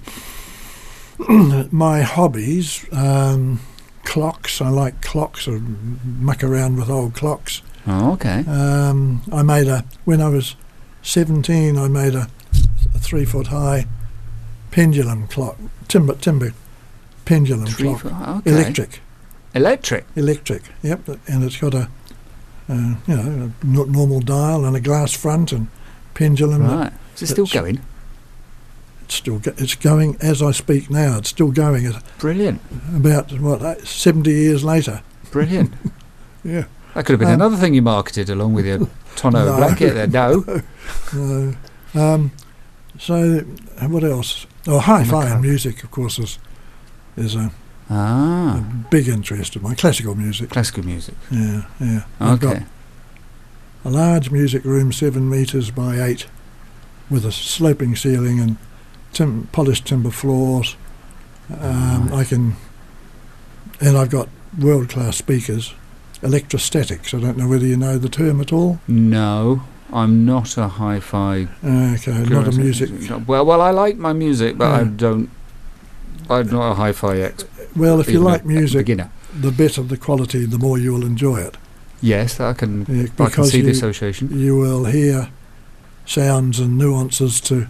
Speaker 2: my hobbies um, clocks i like clocks i muck around with old clocks
Speaker 1: Oh, okay.
Speaker 2: um, i made a when i was 17 i made a, a three foot high pendulum clock timber timber pendulum
Speaker 1: Three
Speaker 2: clock
Speaker 1: foot, okay.
Speaker 2: electric
Speaker 1: Electric.
Speaker 2: electric yep and it's got a uh, you know a n- normal dial and a glass front and pendulum
Speaker 1: Right. Is it still
Speaker 2: That's-
Speaker 1: going?
Speaker 2: it's still go- it's going as i speak now it's still going It's
Speaker 1: Brilliant.
Speaker 2: about what uh, 70 years later
Speaker 1: Brilliant.
Speaker 2: yeah
Speaker 1: That could have been
Speaker 2: Um,
Speaker 1: another thing you marketed along with your tonneau
Speaker 2: No.
Speaker 1: blanket there.
Speaker 2: [laughs]
Speaker 1: No.
Speaker 2: No. Um, so, uh, what else? Oh, hi-fi
Speaker 1: Okay.
Speaker 2: and music, of course, is is a, a
Speaker 1: Ah.
Speaker 2: big interest of mine. Classical music.
Speaker 1: Classical music.
Speaker 2: Yeah, yeah. I've got
Speaker 1: Okay.
Speaker 2: a large music room, seven meters by eight, with a sloping ceiling and tim- polished timber floors. Um, I
Speaker 1: Nice.
Speaker 2: can, and I've got world-class speakers. Electrostatics. I don't know whether you know the term at all.
Speaker 1: No, I'm not a hi-fi.
Speaker 2: Uh, Okay, not
Speaker 1: guru.
Speaker 2: a music
Speaker 1: Well, well, I like my music, but I
Speaker 2: Yeah.
Speaker 1: don't. I'm not a hi-fi expert.
Speaker 2: Well, if you like music,
Speaker 1: beginner.
Speaker 2: the better the quality, the more you will enjoy it.
Speaker 1: Yes, I can.
Speaker 2: Yeah,
Speaker 1: I can
Speaker 2: because
Speaker 1: see
Speaker 2: you,
Speaker 1: the association.
Speaker 2: you will hear sounds and nuances to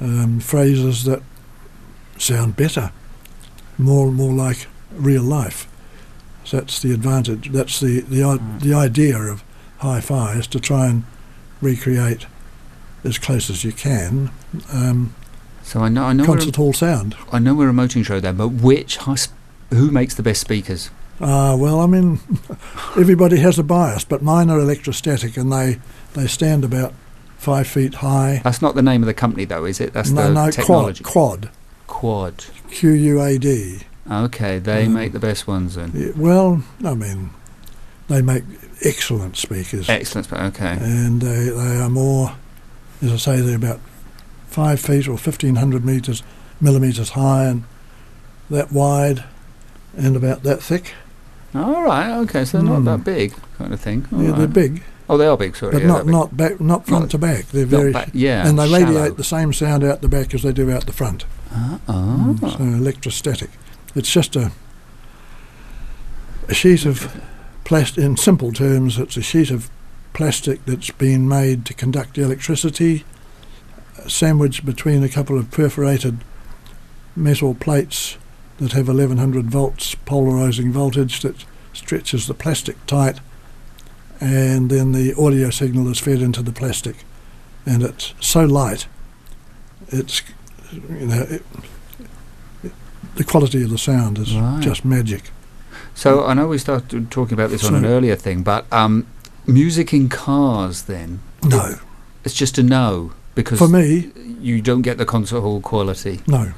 Speaker 2: um, phrases that sound better, more more like real life. So that's the advantage. That's the the i-
Speaker 1: Mm.
Speaker 2: the idea of hi-fi is to try and recreate as close as you can um,
Speaker 1: So I know. I know. We're,
Speaker 2: concert hall sound.
Speaker 1: I know we're a motoring show there, but which hi- sp- who makes the best speakers?
Speaker 2: Uh, well, I mean, [laughs] everybody has a bias, but mine are electrostatic and they, they stand about five feet high.
Speaker 1: That's not the name of the company, though, is it? That's
Speaker 2: no,
Speaker 1: the
Speaker 2: no,
Speaker 1: technology.
Speaker 2: quad.
Speaker 1: Quad.
Speaker 2: Quad. Q U A D.
Speaker 1: Okay, they
Speaker 2: Um,
Speaker 1: make the best ones then.
Speaker 2: Yeah, Well, I mean, they make excellent speakers.
Speaker 1: Excellent. but Okay.
Speaker 2: and they, they are more, as I say, they're about five feet or fifteen hundred meters millimeters high and that wide, and about that thick.
Speaker 1: All right. Okay, so they're not
Speaker 2: Hmm.
Speaker 1: that big, kind of thing. All
Speaker 2: yeah, they're
Speaker 1: right.
Speaker 2: big,
Speaker 1: Oh, they are big. Sorry.
Speaker 2: but
Speaker 1: yeah, they're
Speaker 2: not
Speaker 1: big.
Speaker 2: not back, not front
Speaker 1: Not-
Speaker 2: to back. They're
Speaker 1: Not
Speaker 2: very,
Speaker 1: ba- yeah.
Speaker 2: and they
Speaker 1: shallow.
Speaker 2: radiate the same sound out the back as they do out the front.
Speaker 1: Ah, ah.
Speaker 2: Mm, So electrostatic. It's just a a sheet of plastic. In simple terms, it's a sheet of plastic that's been made to conduct electricity, uh, sandwiched between a couple of perforated metal plates that have 1100 volts polarizing voltage that stretches the plastic tight, and then the audio signal is fed into the plastic, and it's so light, it's you know. It, the quality of the sound is
Speaker 1: Right.
Speaker 2: just magic.
Speaker 1: So I know we started talking about this on an
Speaker 2: So-
Speaker 1: earlier thing, but um, music in cars. Then
Speaker 2: No,
Speaker 1: it's just a no because
Speaker 2: for me,
Speaker 1: you don't get the concert hall quality.
Speaker 2: no,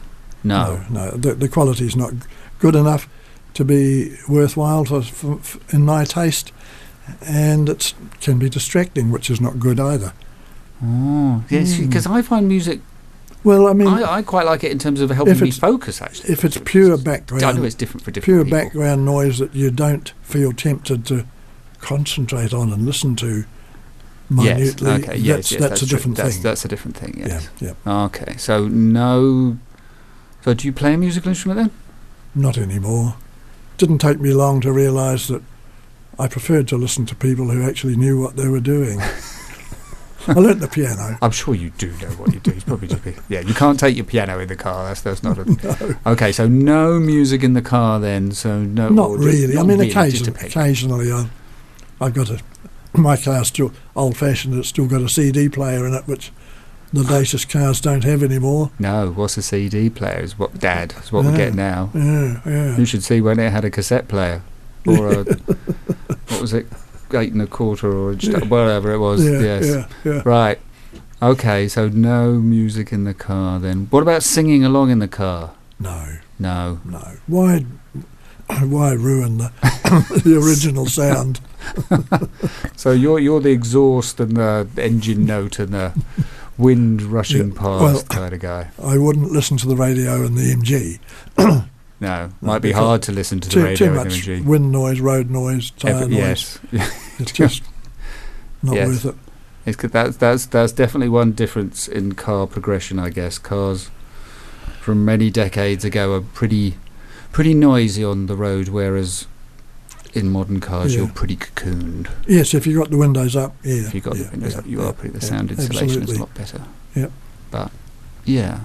Speaker 1: No.
Speaker 2: no, no. The, the quality is not good enough to be worthwhile for, for, for- in my taste, and it can be distracting, which is not good either.
Speaker 1: Oh, yes,
Speaker 2: Hmm.
Speaker 1: because I find music.
Speaker 2: Well, I mean,
Speaker 1: I, I quite like it in terms of helping me
Speaker 2: it's-
Speaker 1: focus. Actually,
Speaker 2: if it's pure
Speaker 1: I know
Speaker 2: background,
Speaker 1: it's different for different
Speaker 2: pure
Speaker 1: people.
Speaker 2: background noise that you don't feel tempted to concentrate on and listen to minutely,
Speaker 1: Yes, okay, yes,
Speaker 2: that's,
Speaker 1: yes,
Speaker 2: that's, a
Speaker 1: true.
Speaker 2: different
Speaker 1: that's,
Speaker 2: thing.
Speaker 1: That's a different thing, yes.
Speaker 2: Yeah, yeah,
Speaker 1: Okay, so no. So do you play a musical instrument then?
Speaker 2: not anymore. Didn't take me long to realise that I preferred to listen to people who actually knew what they
Speaker 1: [laughs]
Speaker 2: were doing. I learnt the piano.
Speaker 1: I'm sure you do know what you do. It's probably just be, yeah. You can't take your piano in the car. That's that's not a. Okay, so no music in the car then. So no.
Speaker 2: Not
Speaker 1: Uh, or just-
Speaker 2: really. I
Speaker 1: not
Speaker 2: mean,
Speaker 1: really, just
Speaker 2: occasion,
Speaker 1: a bit.
Speaker 2: occasionally I, I've got a [coughs] my car's still old fashioned. It's still got a CD player in it, which
Speaker 1: [laughs]
Speaker 2: the latest cars don't have anymore.
Speaker 1: No, what's a CD player? Is what Dad. Is what we
Speaker 2: Yeah.
Speaker 1: get now.
Speaker 2: Yeah, yeah.
Speaker 1: You should see when it had a cassette player, or
Speaker 2: [laughs]
Speaker 1: a what was it, eight and a quarter, or just, whatever it was.
Speaker 2: yeah,
Speaker 1: yes.
Speaker 2: yeah, yeah.
Speaker 1: Right. Okay, so no music in the car then. What about singing along in the car?
Speaker 2: No,
Speaker 1: No.
Speaker 2: no. Why, [coughs] why ruin the, the
Speaker 1: [laughs]
Speaker 2: [coughs] original sound?
Speaker 1: So you're you're the exhaust and the engine note and the wind rushing past
Speaker 2: well-
Speaker 1: kind of guy.
Speaker 2: I wouldn't listen to the radio in the MG.
Speaker 1: No,
Speaker 2: No,
Speaker 1: might be
Speaker 2: because
Speaker 1: hard to listen to the
Speaker 2: Too,
Speaker 1: radio
Speaker 2: too
Speaker 1: with
Speaker 2: much
Speaker 1: energy.
Speaker 2: wind noise, road noise, tire
Speaker 1: Every-
Speaker 2: noise.
Speaker 1: yes,
Speaker 2: It's just not
Speaker 1: Yes.
Speaker 2: worth it.
Speaker 1: [laughs] it's, good- that's that's that's definitely one difference in car progression, I guess. Cars from many decades ago are pretty pretty noisy on the road, whereas in modern cars
Speaker 2: Yeah.
Speaker 1: you're pretty cocooned.
Speaker 2: Yes, if you got the windows up, yeah.
Speaker 1: if you've got
Speaker 2: yeah,
Speaker 1: the windows
Speaker 2: yeah,
Speaker 1: up, you
Speaker 2: yeah.
Speaker 1: are pretty, the
Speaker 2: yeah,
Speaker 1: sound insulation
Speaker 2: absolutely.
Speaker 1: is a lot better.
Speaker 2: Yep.
Speaker 1: But yeah,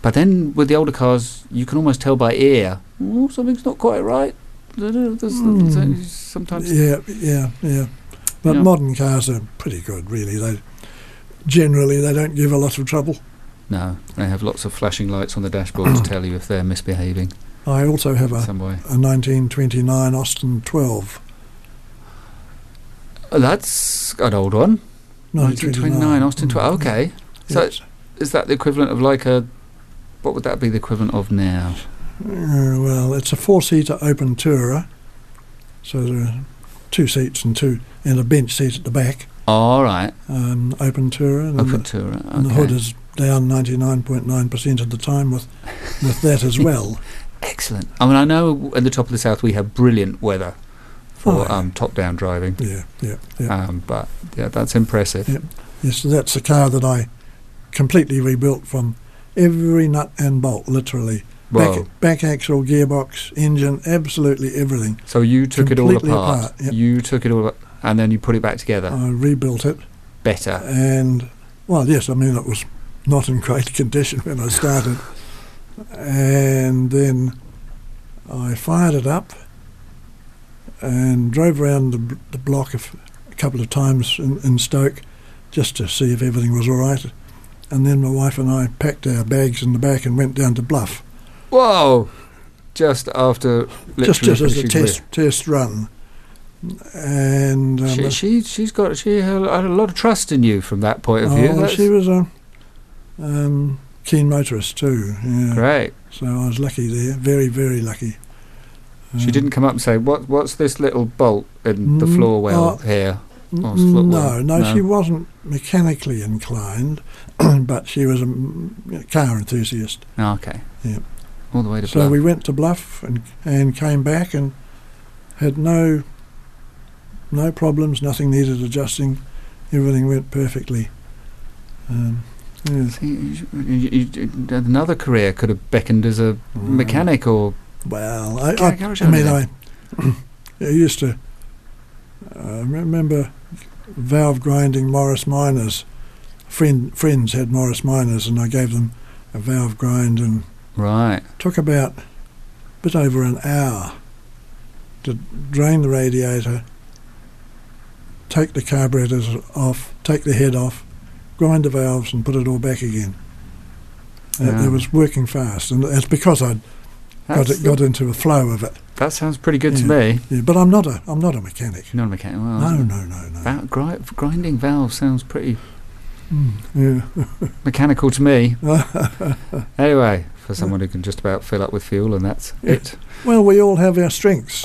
Speaker 1: but then with the older cars, you can almost tell by ear. Oh, something's not quite right. There's- there's-
Speaker 2: Mm.
Speaker 1: Sometimes
Speaker 2: Yeah, yeah, yeah. But
Speaker 1: Yeah.
Speaker 2: modern cars are pretty good, really. They generally they don't give a lot of trouble.
Speaker 1: no, they have lots of flashing lights on the dashboard to tell you if they're misbehaving
Speaker 2: I also have
Speaker 1: in
Speaker 2: a,
Speaker 1: some way.
Speaker 2: a 1929 Austin 12.
Speaker 1: Oh, that's an old one. 1929 Austin
Speaker 2: Hmm.
Speaker 1: 12. Okay, So-
Speaker 2: Mm. Yes.
Speaker 1: is that the equivalent of like a? What would that be the equivalent of now?
Speaker 2: Uh, well, it's a four-seater open tourer, so there are two seats and two and a bench seat at the back.
Speaker 1: All right,
Speaker 2: Um, open tourer. And
Speaker 1: open
Speaker 2: the,
Speaker 1: tourer. Okay.
Speaker 2: and the hood is down 99.9% of the time with with that as well.
Speaker 1: Excellent. I mean, I know at the top of the south we have brilliant weather [laughs] for
Speaker 2: Oh, yeah.
Speaker 1: um, top-down driving,
Speaker 2: Yeah, yeah, yeah.
Speaker 1: um, but yeah, that's impressive.
Speaker 2: Yeah. Yes, so that's the car that I completely rebuilt from every nut and bolt, literally.
Speaker 1: Well,
Speaker 2: Back, back axle, gearbox, engine, absolutely everything.
Speaker 1: so you took it all
Speaker 2: completely
Speaker 1: apart.
Speaker 2: apart, yep. Oh.
Speaker 1: You took it all, apart, and then you put it back together.
Speaker 2: I rebuilt it,
Speaker 1: Better.
Speaker 2: and well, yes, I mean it was not in great [laughs] condition when I started, and then I fired it up and drove around the, b- the block a, f- a couple of times in, in Stoke just to see if everything was all right. And then my wife and I packed our bags in the back and went down to Bluff.
Speaker 1: Whoa! just after literally
Speaker 2: just just as a
Speaker 1: finishing
Speaker 2: test test run. And um,
Speaker 1: with- She, she she's got she had had a lot of trust in you from that point of
Speaker 2: oh,
Speaker 1: view.
Speaker 2: well,
Speaker 1: That's
Speaker 2: she was a um, keen motorist too. Yeah.
Speaker 1: great.
Speaker 2: So I was lucky there, very very lucky.
Speaker 1: She
Speaker 2: Um,
Speaker 1: didn't come up and say what what's this little bolt in the
Speaker 2: Mm,
Speaker 1: floor well
Speaker 2: uh,
Speaker 1: here. Oh, it's
Speaker 2: no,
Speaker 1: footwear.
Speaker 2: no,
Speaker 1: No.
Speaker 2: she wasn't mechanically inclined, [clears throat] but she was a mm, car enthusiast.
Speaker 1: Oh, okay.
Speaker 2: Yeah.
Speaker 1: All the way to
Speaker 2: So
Speaker 1: Bluff.
Speaker 2: we went to Bluff and and came back and had no no problems. Nothing needed adjusting. Everything went perfectly. Um, yeah.
Speaker 1: See, you- you- you- another career could have beckoned as a
Speaker 2: Mm.
Speaker 1: mechanic or
Speaker 2: Well, I,
Speaker 1: Car-
Speaker 2: I,
Speaker 1: garage
Speaker 2: I mean,
Speaker 1: owner.
Speaker 2: I, [clears throat] I used to I remember valve grinding Morris miners. Friend, friends had Morris miners, and I gave them a valve grind, and
Speaker 1: right.
Speaker 2: took about a bit over an hour to drain the radiator, take the carburetors off, take the head off, grind the valves, and put it all back again. Uh,
Speaker 1: Yeah.
Speaker 2: It was working fast, and it's because I got
Speaker 1: That's-
Speaker 2: it, got into a flow of it.
Speaker 1: that sounds pretty good to
Speaker 2: Yeah.
Speaker 1: me.
Speaker 2: Yeah, but I'm not a I'm not a mechanic.
Speaker 1: You're not a mechanic. Well,
Speaker 2: No, no, no, no.
Speaker 1: val- gri- grinding valve sounds pretty
Speaker 2: Mm,
Speaker 1: mechanical to me.
Speaker 2: yeah.
Speaker 1: Anyway, for someone who can just about fill up with fuel and that's
Speaker 2: Yeah.
Speaker 1: it.
Speaker 2: [laughs] well, we all have our
Speaker 1: [laughs]
Speaker 2: strengths.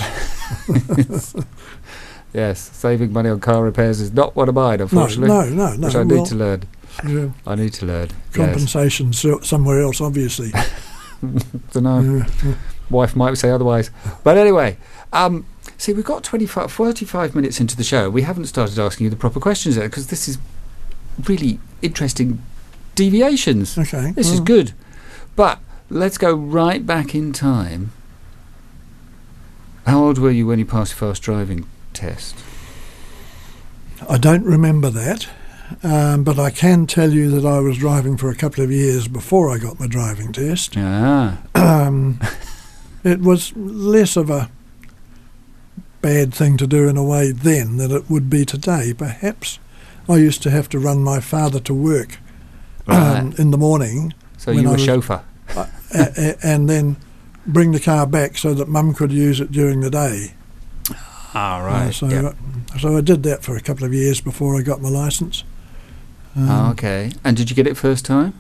Speaker 1: Yes, saving money on car repairs is not one of mine,
Speaker 2: No,
Speaker 1: unfortunately.
Speaker 2: no, no, no.
Speaker 1: Which I
Speaker 2: well,
Speaker 1: need to learn.
Speaker 2: yeah,
Speaker 1: I need to learn. Yes.
Speaker 2: compensation so, somewhere else, obviously.
Speaker 1: Don't know.
Speaker 2: Yeah, yeah.
Speaker 1: wife might say otherwise. But anyway, um, see, we've got 25, 45 minutes into the show. We haven't started asking you the proper questions yet because this is really interesting deviations.
Speaker 2: Okay.
Speaker 1: This is
Speaker 2: well,
Speaker 1: good. But let's go right back in time. How old were you when you passed your fast driving test?
Speaker 2: I don't remember that, um, but I can tell you that I was driving for a couple of years before I got my driving test.
Speaker 1: Ah,
Speaker 2: um, it was less of a bad thing to do in a way then than it would be today. Perhaps I used to have to run my father to work um, in the morning
Speaker 1: so
Speaker 2: when
Speaker 1: you
Speaker 2: I
Speaker 1: were
Speaker 2: was-
Speaker 1: chauffeur.
Speaker 2: a- a- and then bring the car back so that mum could use it during the day.
Speaker 1: Ah,
Speaker 2: Uh, so, I, so I did that for a couple of years before I got my license. Um,
Speaker 1: Ah, okay. And did you get it first time?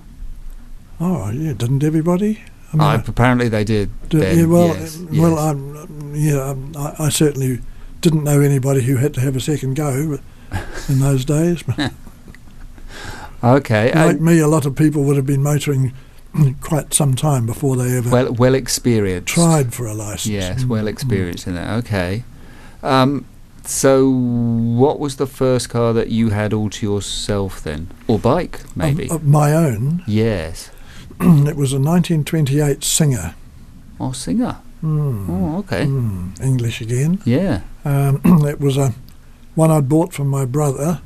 Speaker 2: Oh, yeah, didn't everybody? I mean,
Speaker 1: Ah, apparently they did.
Speaker 2: Do-
Speaker 1: then,
Speaker 2: yeah, well,
Speaker 1: yes,
Speaker 2: uh, well,
Speaker 1: yes.
Speaker 2: I'm, yeah, I'm- I, I certainly didn't know anybody who had to have a second go [laughs] but- in those
Speaker 1: [laughs]
Speaker 2: days. But
Speaker 1: okay. uh, and-
Speaker 2: like me, a lot of people would have been motoring [clears throat] quite some time before they ever
Speaker 1: well well experienced.
Speaker 2: tried for a license.
Speaker 1: Yes,
Speaker 2: Mm,
Speaker 1: well
Speaker 2: mm.
Speaker 1: experienced in that. Okay. Um, so what was the first car that you had all to yourself then, or bike
Speaker 2: Of,
Speaker 1: maybe?
Speaker 2: of my own, [clears throat]
Speaker 1: yes.
Speaker 2: it was a 1928 Singer.
Speaker 1: Oh, singer.
Speaker 2: Mm,
Speaker 1: Oh, okay.
Speaker 2: mm, English again.
Speaker 1: Yeah.
Speaker 2: Um, [clears throat] it was a one I'd bought from my brother,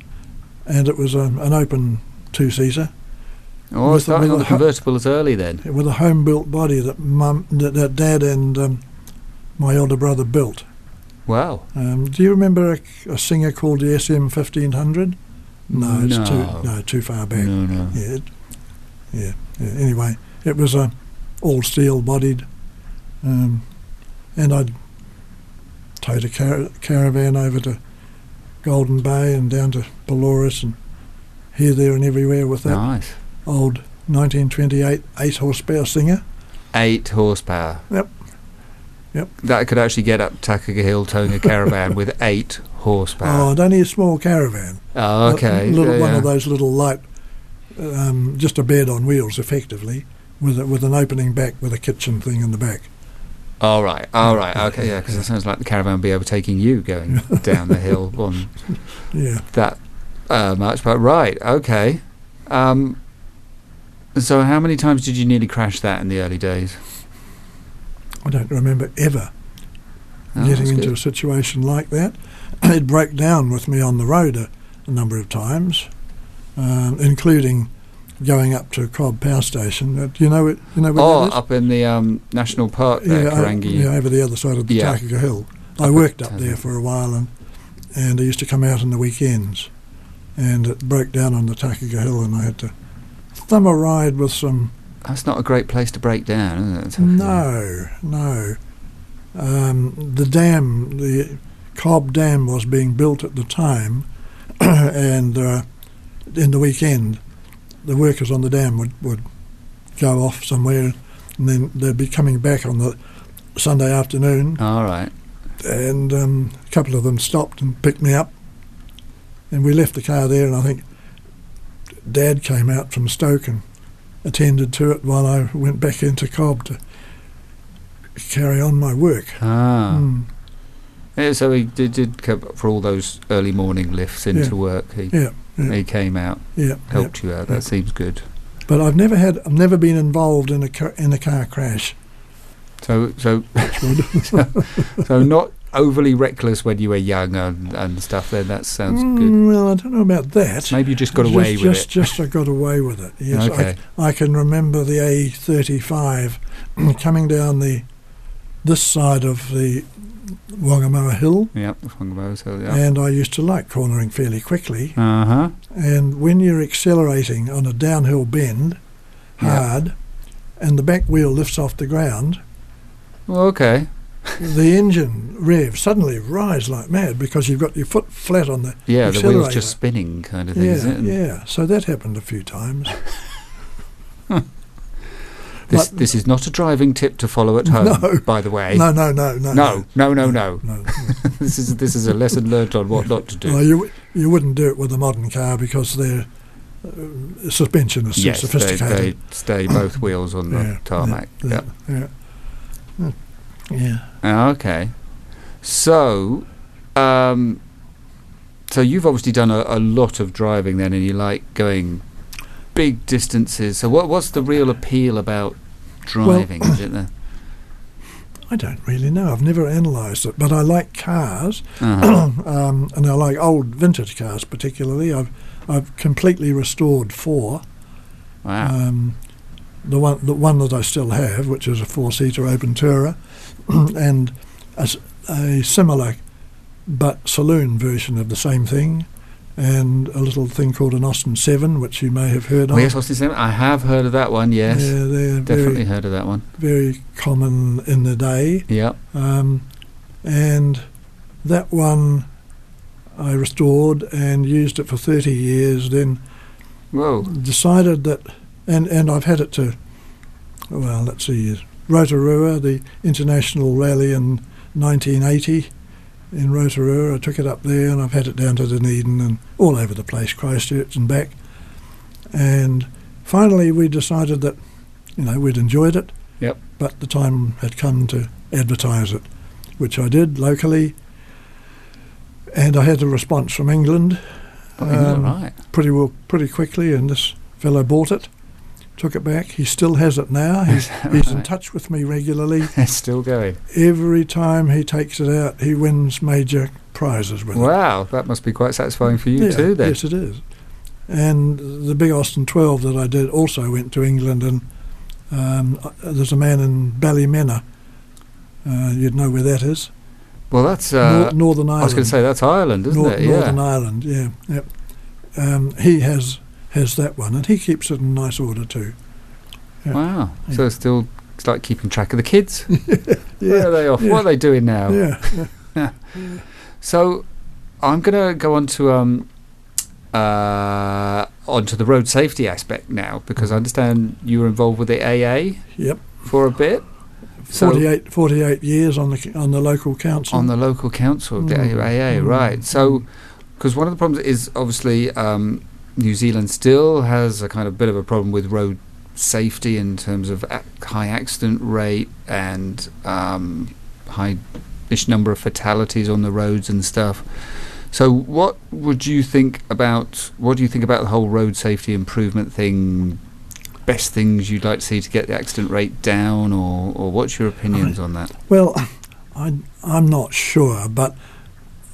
Speaker 2: and it was a, an open two-seater.
Speaker 1: Oh,
Speaker 2: With the-
Speaker 1: starting
Speaker 2: with
Speaker 1: on the
Speaker 2: the hu-
Speaker 1: convertible as early then.
Speaker 2: with a home built body that mum, that, that dad and um, my older brother built.
Speaker 1: Wow.
Speaker 2: Um, do you remember a, a singer called the SM fifteen hundred? No, it's
Speaker 1: No.
Speaker 2: too no too far back.
Speaker 1: No, no.
Speaker 2: Yeah, it, yeah, yeah. Anyway, it was a all steel bodied, um, and I'd towed a car- caravan over to Golden Bay and down to Pelorus and here, there, and everywhere with that
Speaker 1: Nice.
Speaker 2: old 1928 eight horsepower singer.
Speaker 1: Eight horsepower.
Speaker 2: Yep. Yep.
Speaker 1: That could actually get up Takaga Hill
Speaker 2: [laughs]
Speaker 1: towing a caravan with eight
Speaker 2: Oh,
Speaker 1: horsepower.
Speaker 2: I don't need a small caravan.
Speaker 1: Oh, okay.
Speaker 2: A little,
Speaker 1: yeah,
Speaker 2: one of
Speaker 1: yeah.
Speaker 2: those little light, um, just a bed on wheels, effectively, with a, with an opening back with a kitchen thing in the back.
Speaker 1: All right, all right, okay, yeah, because it sounds like the caravan will be overtaking you
Speaker 2: [laughs]
Speaker 1: going down the hill on
Speaker 2: Yeah.
Speaker 1: that uh, much. But right, okay. Um, so, how many times did you nearly crash that in the early days?
Speaker 2: I don't remember ever
Speaker 1: Oh,
Speaker 2: getting
Speaker 1: that's
Speaker 2: into
Speaker 1: good.
Speaker 2: a situation like that. [clears throat] it broke down with me on the road a, a number of times, um, including going up to Cobb Power Station. Uh, Do you know it? You know where
Speaker 1: oh,
Speaker 2: that is?
Speaker 1: up in the um, national park there,
Speaker 2: yeah, o-
Speaker 1: Karangi.
Speaker 2: yeah, over the other side of the
Speaker 1: Yeah.
Speaker 2: Takaga Hill. I
Speaker 1: at
Speaker 2: worked up
Speaker 1: Takaga.
Speaker 2: there for a while, and and I used to come out on the weekends, and it broke down on the Takaga Hill, and I had to thumb a ride with some
Speaker 1: That's not a great place to break down, is it?
Speaker 2: No, no. Um, the dam, the Cobb Dam, was being built at the time, [clears throat] and uh, in the weekend, the workers on the dam would, would go off somewhere, and then they'd be coming back on the Sunday afternoon,
Speaker 1: All right.
Speaker 2: and um, a couple of them stopped and picked me up, and we left the car there, and I think Dad came out from Stoke and attended to it while I went back into Cobb to carry on my work.
Speaker 1: Ah.
Speaker 2: Mm.
Speaker 1: Yeah, so he did, did come for all those early morning lifts into
Speaker 2: Yeah.
Speaker 1: work. He,
Speaker 2: Yeah, yeah.
Speaker 1: he came out,
Speaker 2: Yeah, yeah.
Speaker 1: helped you out. That
Speaker 2: yeah.
Speaker 1: seems good.
Speaker 2: but I've never had, I've never been involved in a car, in a car crash.
Speaker 1: So, so, [laughs] so, so not overly reckless when you were young and, and stuff. Then that sounds good.
Speaker 2: Mm, Well, I don't know about that.
Speaker 1: Maybe you just got away
Speaker 2: just,
Speaker 1: with
Speaker 2: just, just I got away with it.
Speaker 1: it. [laughs]
Speaker 2: Yes,
Speaker 1: okay.
Speaker 2: I, I can remember the A35 [clears throat] coming down the this side of the Wangamoa Hill,
Speaker 1: Yep. Fungo, So yeah.
Speaker 2: and I used to like cornering fairly quickly.
Speaker 1: Uh huh.
Speaker 2: And when you're accelerating on a downhill bend,
Speaker 1: Yeah.
Speaker 2: hard, and the back wheel lifts off
Speaker 1: [laughs]
Speaker 2: the ground,
Speaker 1: Well, okay.
Speaker 2: the engine rev suddenly rise like mad because you've got your foot flat on the
Speaker 1: Yeah, the wheel's
Speaker 2: Accelerator.
Speaker 1: just spinning, kind of thing, is
Speaker 2: yeah
Speaker 1: it? And
Speaker 2: yeah. So that happened a few times.
Speaker 1: This,
Speaker 2: But-
Speaker 1: this is not a driving tip to follow at home,
Speaker 2: No.
Speaker 1: by the way.
Speaker 2: [laughs] No no no no
Speaker 1: no, no, no. no.
Speaker 2: no.
Speaker 1: [laughs] this is this is a lesson learned on what not to do.
Speaker 2: [laughs] Well, you you wouldn't do it with a modern car because their uh, suspension is too
Speaker 1: yes, they, they
Speaker 2: sophisticated. [coughs]
Speaker 1: stay both wheels on the
Speaker 2: Yeah, yeah,
Speaker 1: tarmac.
Speaker 2: yeah,
Speaker 1: Yep.
Speaker 2: yeah. Mm, yeah.
Speaker 1: Ah, Okay. So, um, so you've obviously done a, a lot of driving then, and you like going big distances. So, what what's the real appeal about driving? is it
Speaker 2: [coughs]
Speaker 1: the
Speaker 2: I don't really know. I've never analysed it, but I like cars, [clears throat]
Speaker 1: uh
Speaker 2: um, and I like old vintage cars particularly. I've I've completely restored four.
Speaker 1: wow?
Speaker 2: Um, the one the one that I still have, which is a four seater open tourer, [clears throat] and a, s- a similar but saloon version of the same thing, and a little thing called an Austin Seven, which you may have heard
Speaker 1: Oh,
Speaker 2: of.
Speaker 1: yes, Austin Sam. I have heard of that one. Yes,
Speaker 2: Yeah, they're
Speaker 1: definitely
Speaker 2: very
Speaker 1: heard of that one.
Speaker 2: very common in the day.
Speaker 1: Yep.
Speaker 2: Um, and that one I restored and used it for 30 years, then
Speaker 1: Whoa.
Speaker 2: decided that, and, and I've had it to, well, let's see, Rotorua, the international rally in 1980 in Rotorua. I took it up there and I've had it down to Dunedin and all over the place, Christchurch and back. And finally, we decided that, you know, we'd enjoyed it.
Speaker 1: Yep.
Speaker 2: But the time had come to advertise it, which I did locally. And I had a response from England
Speaker 1: Oh, you're
Speaker 2: Um,
Speaker 1: right.
Speaker 2: pretty well pretty quickly and this fellow bought it took it back he still has
Speaker 1: [laughs]
Speaker 2: it now [laughs] he's, he's in
Speaker 1: Right.
Speaker 2: touch with me regularly
Speaker 1: It's still going.
Speaker 2: every time he takes it out he wins major prizes with it
Speaker 1: Wow, that must be quite satisfying for you
Speaker 2: Yeah,
Speaker 1: too. Then.
Speaker 2: yes it is and the big austin 12 that i did also went to england and um, uh, there's a man in ballymena uh, you'd know where that is
Speaker 1: Well, that's. Uh,
Speaker 2: Nor- northern ireland
Speaker 1: I was going to say that's Ireland, isn't
Speaker 2: Nor-
Speaker 1: it?
Speaker 2: Northern
Speaker 1: yeah.
Speaker 2: Ireland, yeah, yep. Um, he has has that one, and he keeps it in nice order too. Ireland.
Speaker 1: Wow.
Speaker 2: Yeah.
Speaker 1: So it's still it's like keeping track of the kids. Where
Speaker 2: Yeah,
Speaker 1: are they off?
Speaker 2: yeah.
Speaker 1: What are they doing now?
Speaker 2: yeah,
Speaker 1: So I'm going to go on to um uh onto the road safety aspect now because I understand you were involved with the AA
Speaker 2: yep.
Speaker 1: for a bit. So-
Speaker 2: 48, 48 years on the on the local council.
Speaker 1: on the local council of the
Speaker 2: Mm.
Speaker 1: AA,
Speaker 2: Mm.
Speaker 1: right? So, because one of the problems is obviously um, New Zealand still has a kind of bit of a problem with road safety in terms of ac- high accident rate and um, high ish number of fatalities on the roads and stuff. So, what would you think about? What do you think about the whole road safety improvement thing? Best things you'd like to see to get the accident rate down, or, or what's your opinions on that?
Speaker 2: well, I I'm not sure, but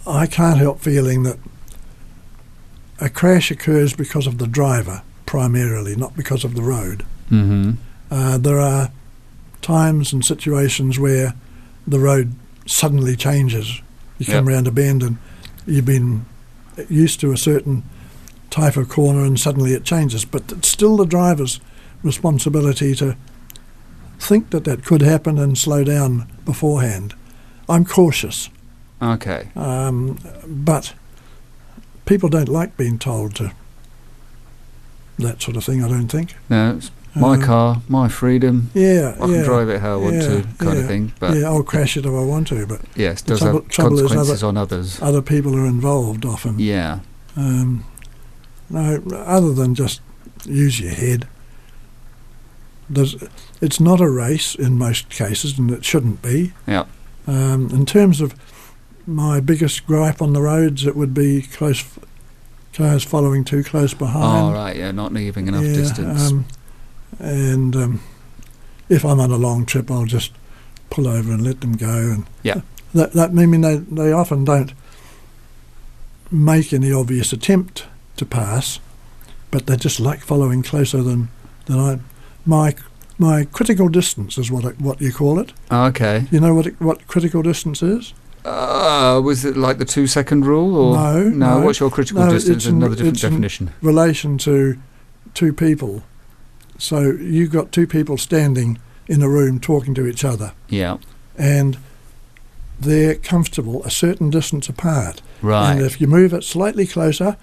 Speaker 2: I can't help feeling that a crash occurs because of the driver primarily, not because of the road.
Speaker 1: Mm-hmm.
Speaker 2: Uh, there are times and situations where the road suddenly changes. You come
Speaker 1: Yep.
Speaker 2: round a bend and you've been used to a certain type of corner and suddenly it changes. But it's still the driver's responsibility to think that that could happen and slow down beforehand. I'm cautious,
Speaker 1: Okay.
Speaker 2: um, but people don't like being told to that sort of thing. I don't think.
Speaker 1: Now it's my
Speaker 2: Um,
Speaker 1: car, my freedom.
Speaker 2: Yeah,
Speaker 1: I
Speaker 2: yeah,
Speaker 1: can drive it how I want to,
Speaker 2: yeah,
Speaker 1: kind of
Speaker 2: yeah,
Speaker 1: thing. But
Speaker 2: yeah. I'll crash it if I want to, but
Speaker 1: yes,
Speaker 2: The
Speaker 1: does
Speaker 2: trouble-
Speaker 1: have
Speaker 2: trouble is other-
Speaker 1: consequences on others.
Speaker 2: other people are involved often.
Speaker 1: Yeah.
Speaker 2: Um, no, other than just use your head. There's, it's not a race in most cases, and it shouldn't be.
Speaker 1: Yeah.
Speaker 2: Um, in terms of my biggest gripe on the roads, it would be close f- cars following too close
Speaker 1: All
Speaker 2: behind.
Speaker 1: Oh, right. Yeah. Not leaving enough
Speaker 2: Yeah,
Speaker 1: distance.
Speaker 2: Um, and um, if I'm on a long trip, I'll just pull over and let them go. And
Speaker 1: Yeah.
Speaker 2: that that I mean they they often don't make any obvious attempt to pass, but they just like following closer than than I my my critical distance is what it, what you call it.
Speaker 1: okay.
Speaker 2: You know what it, what critical distance is?
Speaker 1: Uh, was it like the two-second rule or
Speaker 2: No, no.
Speaker 1: What's your critical
Speaker 2: No,
Speaker 1: distance?
Speaker 2: it's in-
Speaker 1: Another different
Speaker 2: it's in-
Speaker 1: definition.
Speaker 2: Relation to two people. So you've got two people standing in a room talking to each other.
Speaker 1: Yeah.
Speaker 2: and they're comfortable a certain distance apart. And
Speaker 1: Right.
Speaker 2: if you move it slightly closer,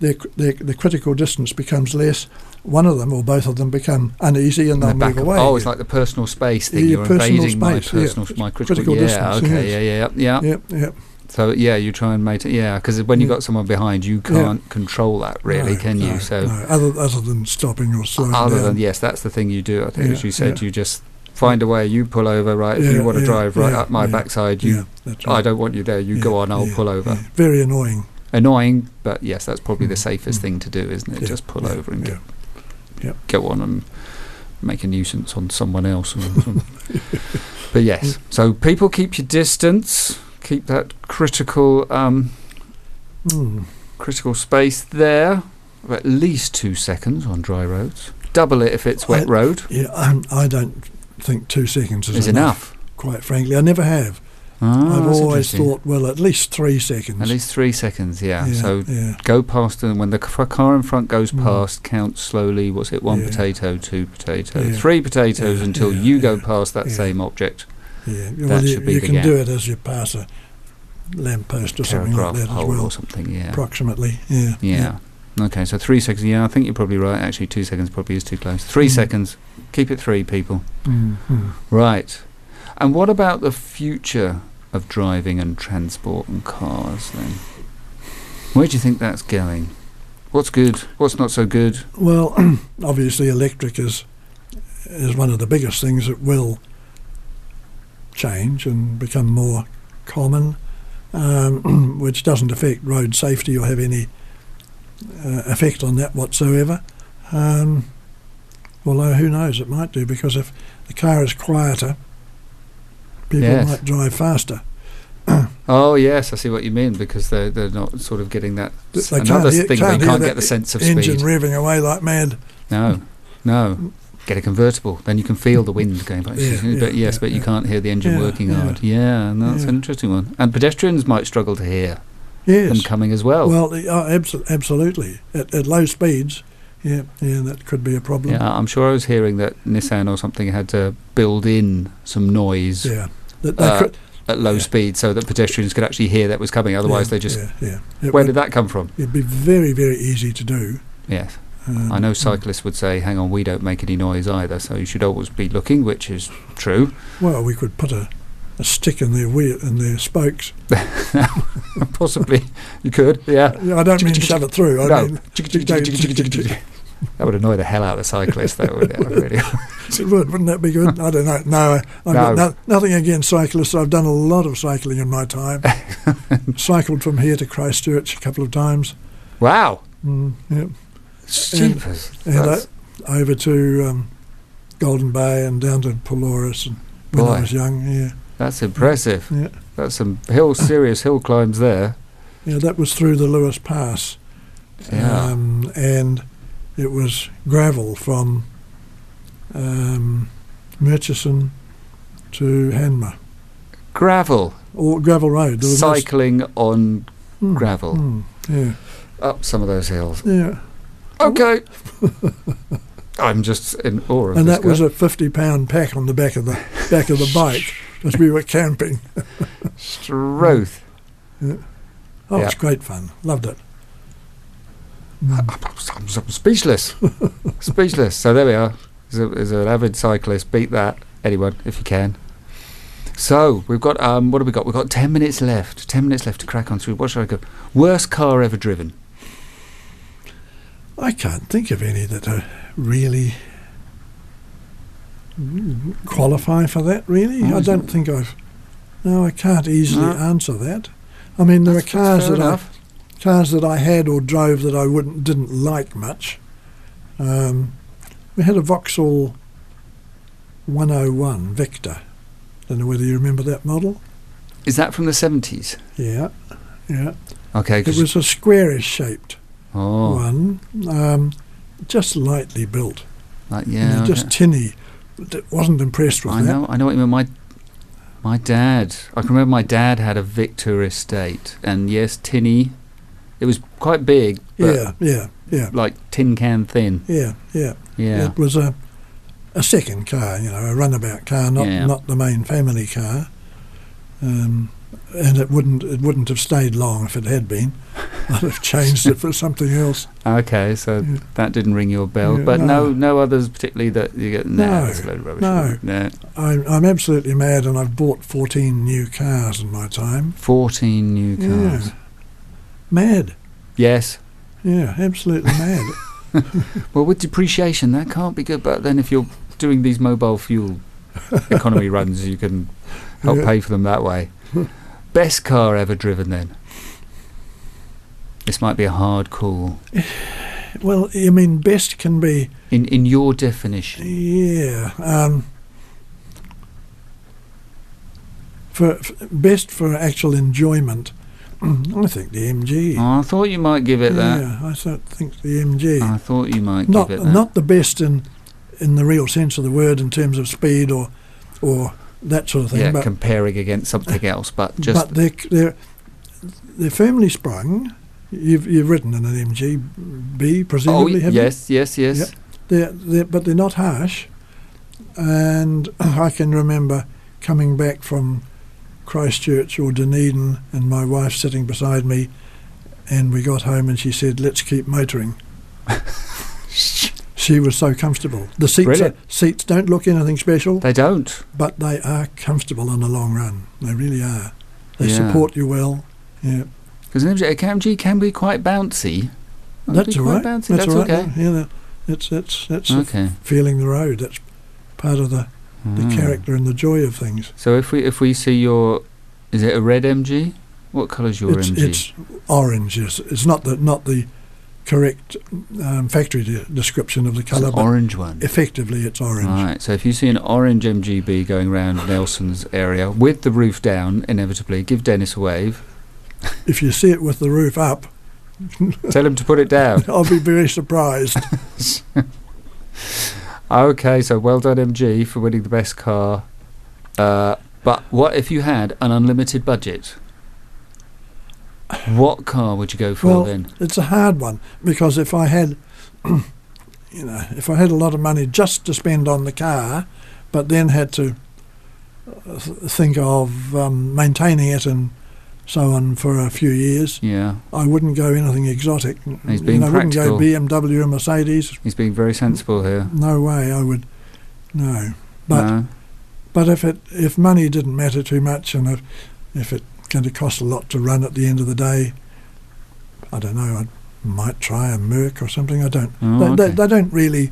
Speaker 2: their, their, the critical distance becomes less. One of them or both of them become uneasy and
Speaker 1: And
Speaker 2: they'll
Speaker 1: the back
Speaker 2: move
Speaker 1: of-
Speaker 2: away.
Speaker 1: oh, it's
Speaker 2: again.
Speaker 1: like the personal space thing.
Speaker 2: Your
Speaker 1: You're
Speaker 2: personal
Speaker 1: invading my
Speaker 2: space, yeah.
Speaker 1: personal, my critical,
Speaker 2: Critical
Speaker 1: yeah,
Speaker 2: distance,
Speaker 1: okay, yeah, yeah, yeah,
Speaker 2: Yep, yep.
Speaker 1: So yeah, you try and maintain, yeah, because when you
Speaker 2: Yeah.
Speaker 1: got someone behind, you
Speaker 2: Yeah.
Speaker 1: can't control that really,
Speaker 2: No,
Speaker 1: can
Speaker 2: no,
Speaker 1: you? So
Speaker 2: no, other, other than stopping or slowing
Speaker 1: other
Speaker 2: down.
Speaker 1: than yes, that's the thing you do. I think
Speaker 2: Yeah,
Speaker 1: as you said,
Speaker 2: yeah.
Speaker 1: you just find a way. You pull over, right? if you
Speaker 2: Yeah,
Speaker 1: want to
Speaker 2: yeah,
Speaker 1: drive right
Speaker 2: yeah,
Speaker 1: up my
Speaker 2: yeah,
Speaker 1: backside,
Speaker 2: yeah,
Speaker 1: you.
Speaker 2: that's
Speaker 1: I
Speaker 2: right.
Speaker 1: don't want you there. You go
Speaker 2: Yeah,
Speaker 1: on. I'll
Speaker 2: yeah,
Speaker 1: pull over.
Speaker 2: yeah. Very annoying.
Speaker 1: Annoying, but yes, that's probably the
Speaker 2: Mm,
Speaker 1: safest
Speaker 2: mm.
Speaker 1: thing to do, isn't it?
Speaker 2: Yeah,
Speaker 1: Just pull
Speaker 2: yeah,
Speaker 1: over and
Speaker 2: yeah. Yeah.
Speaker 1: go on and make a nuisance on someone else. and- and-
Speaker 2: [laughs]
Speaker 1: but yes, so people keep your distance, keep that critical um,
Speaker 2: Mm.
Speaker 1: critical space there for at least two seconds on dry roads. Double it if it's wet
Speaker 2: I-
Speaker 1: road
Speaker 2: Yeah, I'm, I don't think two seconds is,
Speaker 1: is enough.
Speaker 2: Quite frankly, I never have.
Speaker 1: Ah,
Speaker 2: I've
Speaker 1: that's
Speaker 2: always
Speaker 1: interesting.
Speaker 2: thought, well, at least three seconds.
Speaker 1: at least three seconds. Yeah. So
Speaker 2: yeah.
Speaker 1: go past them when the c- car in front goes
Speaker 2: Mm.
Speaker 1: past. Count slowly. What's it? One
Speaker 2: Yeah.
Speaker 1: potato, two potato,
Speaker 2: Yeah.
Speaker 1: three potatoes
Speaker 2: Yeah,
Speaker 1: until
Speaker 2: yeah,
Speaker 1: you go
Speaker 2: yeah,
Speaker 1: past that
Speaker 2: yeah.
Speaker 1: same object.
Speaker 2: Yeah,
Speaker 1: That
Speaker 2: well, you,
Speaker 1: should be
Speaker 2: you
Speaker 1: the
Speaker 2: can
Speaker 1: gap.
Speaker 2: do it as you pass a lamppost or something like
Speaker 1: Paragraph
Speaker 2: that as
Speaker 1: pole
Speaker 2: well,
Speaker 1: or something. Yeah.
Speaker 2: approximately. Yeah,
Speaker 1: Yeah. Okay, so three seconds. Yeah, I think you're probably right. Actually, two seconds probably is too close. Three
Speaker 2: Mm.
Speaker 1: seconds. Keep it three, people.
Speaker 2: Mm, mm.
Speaker 1: Right. And what about the future of driving and transport and cars then? Where do you think that's going? What's good? What's not so good?
Speaker 2: Well, [clears throat] obviously, electric is is one of the biggest things that will change and become more common, um, [clears throat] which doesn't affect road safety or have any uh, effect on that whatsoever. Um, although, who knows? It might do because if the car is quieter, people
Speaker 1: Yes.
Speaker 2: might drive faster.
Speaker 1: Oh yes, I see what you mean because they're they're not sort of getting that
Speaker 2: Th- they
Speaker 1: another
Speaker 2: can't hear-
Speaker 1: thing.
Speaker 2: can't
Speaker 1: they
Speaker 2: hear
Speaker 1: can't
Speaker 2: that
Speaker 1: get the sense of
Speaker 2: engine
Speaker 1: speed.
Speaker 2: revving away like mad.
Speaker 1: No, no. Get a convertible, then you can feel the wind going by.
Speaker 2: Yeah, yeah,
Speaker 1: [laughs] but yes,
Speaker 2: yeah,
Speaker 1: but you
Speaker 2: yeah.
Speaker 1: can't hear the engine
Speaker 2: Yeah,
Speaker 1: working
Speaker 2: yeah.
Speaker 1: hard. Yeah, and that's an
Speaker 2: Yeah.
Speaker 1: interesting one. And pedestrians might struggle to hear them
Speaker 2: Yes.
Speaker 1: coming as well.
Speaker 2: Well, the- oh, abso- absolutely. At, at low speeds, yeah, yeah, that could be a problem.
Speaker 1: Yeah, I'm sure I was hearing that Nissan or something had to build in some noise
Speaker 2: Yeah. That they
Speaker 1: Uh,
Speaker 2: could,
Speaker 1: at low
Speaker 2: yeah.
Speaker 1: speed so that pedestrians could actually hear that was coming. Otherwise,
Speaker 2: yeah,
Speaker 1: they just.
Speaker 2: yeah, yeah.
Speaker 1: Where
Speaker 2: It would,
Speaker 1: did that come from?
Speaker 2: it'd be very, very easy to do.
Speaker 1: Yes.
Speaker 2: Um,
Speaker 1: I know cyclists would say, hang on, we don't make any noise either, so you should always be looking, which is true. [laughs]
Speaker 2: Well, we could put a, a stick in their wheel in their spokes.
Speaker 1: Possibly [laughs] you could,
Speaker 2: [laughs]
Speaker 1: yeah.
Speaker 2: I don't
Speaker 1: [laughs]
Speaker 2: mean shove it through. I
Speaker 1: No.
Speaker 2: mean [laughs]
Speaker 1: that would annoy the hell out of the cyclist, though, wouldn't it?
Speaker 2: [laughs]
Speaker 1: Really. [laughs]
Speaker 2: it would. Wouldn't that be good? I don't know. No, I- I've got
Speaker 1: No.
Speaker 2: no, nothing against cyclists. I've done a lot of cycling in my time.
Speaker 1: [laughs]
Speaker 2: Cycled from here to Christchurch a couple of times.
Speaker 1: Wow.
Speaker 2: Mm, yeah.
Speaker 1: Jeepers.
Speaker 2: And
Speaker 1: That's-
Speaker 2: o- over to um, Golden Bay and down to Pelorus and when
Speaker 1: Boy.
Speaker 2: I was young. Yeah,
Speaker 1: That's impressive.
Speaker 2: Yeah.
Speaker 1: That's some hill serious hill climbs there.
Speaker 2: yeah, that was through the Lewis Pass.
Speaker 1: Yeah.
Speaker 2: Um, and it was gravel from um, Murchison to Hanmer.
Speaker 1: Gravel.
Speaker 2: Or gravel road. There were no s-
Speaker 1: Cycling on
Speaker 2: Mm,
Speaker 1: gravel.
Speaker 2: mm, yeah, [laughs]
Speaker 1: up some of those hills.
Speaker 2: yeah.
Speaker 1: Okay. I'm just in awe of
Speaker 2: and
Speaker 1: this
Speaker 2: that was
Speaker 1: guy.
Speaker 2: a fifty-pound pack on the back of the
Speaker 1: [laughs]
Speaker 2: back of the bike as we were camping.
Speaker 1: Stroth.
Speaker 2: Oh, it was
Speaker 1: Yeah. Uh,
Speaker 2: great fun. Loved it. Hmm.
Speaker 1: I'm, I'm- I'm
Speaker 2: [laughs]
Speaker 1: speechless. speechless. So there we are. As, a, as an avid cyclist, beat that anyone if you can. So we've got um, what have we got? We've got ten minutes left. Ten minutes left to crack on through. What should I go? Worst car ever driven.
Speaker 2: I can't think of any that are really qualify for that. Really,
Speaker 1: Oh,
Speaker 2: I
Speaker 1: is
Speaker 2: don't think I've. No, I can't easily
Speaker 1: No.
Speaker 2: answer that. I mean, there
Speaker 1: That's-
Speaker 2: are
Speaker 1: that's
Speaker 2: cars
Speaker 1: fair
Speaker 2: that I,
Speaker 1: enough.
Speaker 2: cars that I had or drove that I wouldn't didn't like much. Um, we had a Vauxhall 101 Victor. Don't know whether you remember that model.
Speaker 1: Is that from the seventies?
Speaker 2: Yeah, yeah.
Speaker 1: Okay.
Speaker 2: It
Speaker 1: 'cause-
Speaker 2: was a squarish shaped
Speaker 1: oh,
Speaker 2: one, um, just lightly built.
Speaker 1: like,
Speaker 2: you know,
Speaker 1: yeah. okay.
Speaker 2: just tinny. D- Wasn't impressed with
Speaker 1: I
Speaker 2: that.
Speaker 1: know, I know what you mean. My, my dad. I can remember my dad had a Victor estate, and yes, tinny. It was quite big, but
Speaker 2: Yeah, yeah, yeah,
Speaker 1: like tin can thin.
Speaker 2: yeah, yeah,
Speaker 1: Yeah,
Speaker 2: It was a a second car, you know, a runabout car, not
Speaker 1: Yeah.
Speaker 2: not the main family car. Um, and it wouldn't it wouldn't have stayed long if it had been. [laughs] I'd have changed it for something else.
Speaker 1: Okay, so
Speaker 2: Yeah.
Speaker 1: that didn't ring your bell,
Speaker 2: Yeah,
Speaker 1: but no.
Speaker 2: no.
Speaker 1: no, others particularly that you get. Nah,
Speaker 2: No,
Speaker 1: that's a load of rubbish.
Speaker 2: no.
Speaker 1: Nah.
Speaker 2: I'm I'm absolutely mad, and I've bought 14 new cars in my time.
Speaker 1: fourteen new
Speaker 2: Yeah.
Speaker 1: cars.
Speaker 2: Mad,
Speaker 1: Yes.
Speaker 2: yeah, absolutely mad. [laughs]
Speaker 1: Well, with depreciation, that can't be good. But then, if you're doing these mobile
Speaker 2: [laughs]
Speaker 1: fuel economy runs, you can help
Speaker 2: Yeah.
Speaker 1: pay for them that way. Best car ever driven, then. This might be a hard call.
Speaker 2: Well, I mean, best can be
Speaker 1: In in your definition,
Speaker 2: Yeah. Um, for, f best for actual enjoyment, [clears throat] I think the MG.
Speaker 1: oh, I thought you might give it that.
Speaker 2: Yeah, I thought, think the MG.
Speaker 1: I thought you might
Speaker 2: not
Speaker 1: give it that.
Speaker 2: not the best in in the real sense of the word in terms of speed or or that sort of thing.
Speaker 1: yeah,
Speaker 2: but
Speaker 1: comparing against something else, but just
Speaker 2: but they're c- they're they're firmly sprung. You've you've ridden in an MG B
Speaker 1: oh
Speaker 2: presumably, have you?
Speaker 1: yes, yes, yes.
Speaker 2: Yep. they're, they're, but they're not harsh. And [clears throat] I can remember coming back from Christchurch or Dunedin and my wife sitting beside me, and we got home and she said, Let's
Speaker 1: [laughs]
Speaker 2: keep motoring. she was so comfortable. The seats, are,
Speaker 1: Brilliant.
Speaker 2: seats don't look anything special,
Speaker 1: They don't.
Speaker 2: but they are comfortable in the long run. They really are. They
Speaker 1: Yeah.
Speaker 2: support you well. Yeah,
Speaker 1: Because an MG, a KMG can be quite bouncy. Can
Speaker 2: that's
Speaker 1: be
Speaker 2: all
Speaker 1: quite
Speaker 2: right.
Speaker 1: Bouncy.
Speaker 2: That's,
Speaker 1: That's,
Speaker 2: all right.
Speaker 1: okay.
Speaker 2: Yeah, that, that's that's that's
Speaker 1: Okay.
Speaker 2: feeling the road. That's part of the the
Speaker 1: Ah.
Speaker 2: character and the joy of things.
Speaker 1: So if we if we see your, is it a red MG? What colour's your
Speaker 2: it's,
Speaker 1: MG?
Speaker 2: it's orange. Yes. It's not the not the correct um, factory de- description of the
Speaker 1: It's an
Speaker 2: colour, but
Speaker 1: orange one.
Speaker 2: effectively it's orange.
Speaker 1: Right. So if you see an orange MGB going round Nelson's area with the roof down, inevitably give Dennis a wave.
Speaker 2: If you see it with the roof
Speaker 1: [laughs]
Speaker 2: up,
Speaker 1: Tell him to put it
Speaker 2: [laughs]
Speaker 1: down.
Speaker 2: I'll be very surprised.
Speaker 1: Okay. So well done MG for winning the best car. Uh, but what if you had an unlimited budget? What car would you go for
Speaker 2: Well,
Speaker 1: then?
Speaker 2: it's a hard one because if I had, [clears throat] you know, if I had a lot of money just to spend on the car, but then had to uh, th- think of um, maintaining it and so on for a few years,
Speaker 1: Yeah,
Speaker 2: I wouldn't go anything exotic.
Speaker 1: He's
Speaker 2: You
Speaker 1: being
Speaker 2: know, I wouldn't go
Speaker 1: practical.
Speaker 2: BMW or Mercedes.
Speaker 1: he's being very sensible here.
Speaker 2: No way. I would. No. But
Speaker 1: no.
Speaker 2: but if it if money didn't matter too much and if if it going to cost a lot to run at the end of the day, I don't know. I might try a Merc or something. I don't.
Speaker 1: Oh,
Speaker 2: they,
Speaker 1: okay.
Speaker 2: they, they don't really.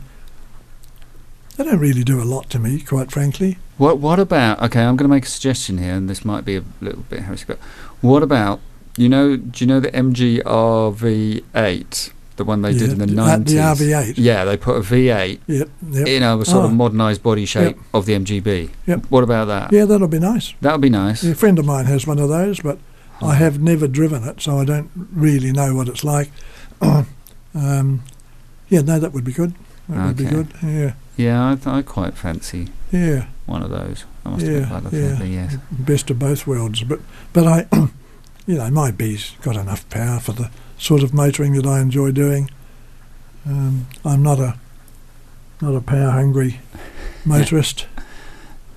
Speaker 2: They don't really do a lot to me, quite frankly.
Speaker 1: What What about? Okay, I'm going to make a suggestion here, and this might be a little bit heresy, but what about? You know, do you know the MGRV8, the one they did in the
Speaker 2: Yeah, uh,
Speaker 1: nineties?
Speaker 2: The RV8.
Speaker 1: Yeah, they put a V8
Speaker 2: Yep. Yep.
Speaker 1: in a sort of
Speaker 2: Oh.
Speaker 1: modernised body shape of the MGB.
Speaker 2: Yep.
Speaker 1: What about that?
Speaker 2: Yeah, that'll be nice.
Speaker 1: That would be nice.
Speaker 2: Yeah, a friend of mine has one of those, but I have never driven it, so I don't really know what it's like. [clears throat] um, yeah, no, that would be good. That would be
Speaker 1: Okay.
Speaker 2: good. Yeah,
Speaker 1: Yeah, I, th- I quite fancy
Speaker 2: yeah,
Speaker 1: one of those. I must
Speaker 2: Yeah,
Speaker 1: admit, by the
Speaker 2: yeah.
Speaker 1: thing, yes.
Speaker 2: best of both worlds. But but I, [clears throat] you know, my B's got enough power for the sort of motoring that I enjoy doing. Um, I'm not a not a power hungry motorist.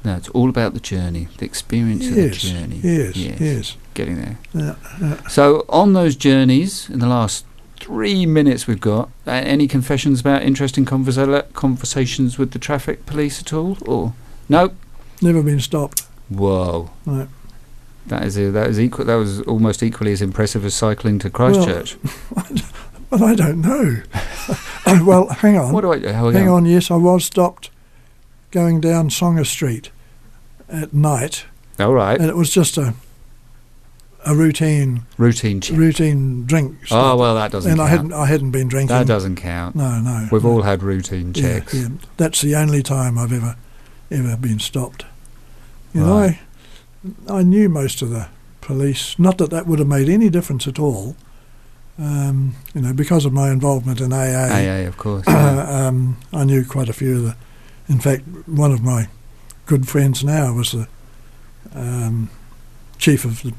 Speaker 1: No, it's all about the journey, the experience of the
Speaker 2: Yes,
Speaker 1: journey.
Speaker 2: yes,
Speaker 1: Yes.
Speaker 2: yes,
Speaker 1: Getting there.
Speaker 2: Yeah, yeah.
Speaker 1: So, on those journeys, in the last three minutes we've got, uh, any confessions about interesting conversa- conversations with the traffic police at all? Or nope.
Speaker 2: Never been stopped.
Speaker 1: Whoa.
Speaker 2: No.
Speaker 1: That is a, that is equal. That was almost equally as impressive as cycling to Christchurch.
Speaker 2: Well, I don't know. [laughs] Uh, well, hang on.
Speaker 1: what do I? do? How
Speaker 2: Hang on, yes, I was stopped going down Songer Street at night,
Speaker 1: All right.
Speaker 2: and it was just a a routine
Speaker 1: Routine check.
Speaker 2: routine drink.
Speaker 1: Oh
Speaker 2: Stop.
Speaker 1: well, that doesn't.
Speaker 2: and
Speaker 1: count.
Speaker 2: I hadn't I hadn't been drinking.
Speaker 1: That doesn't count.
Speaker 2: No, no.
Speaker 1: We've all had routine
Speaker 2: Yeah,
Speaker 1: checks.
Speaker 2: yeah. That's the only time I've ever ever been stopped. You know,
Speaker 1: Right.
Speaker 2: I I knew most of the police. Not that that would have made any difference at all. Um, you know, because of my involvement in AA.
Speaker 1: AA, of
Speaker 2: [clears throat]
Speaker 1: course. yeah.
Speaker 2: [coughs] um, I knew quite a few of the. In fact, one of my good friends now was the um, chief of the,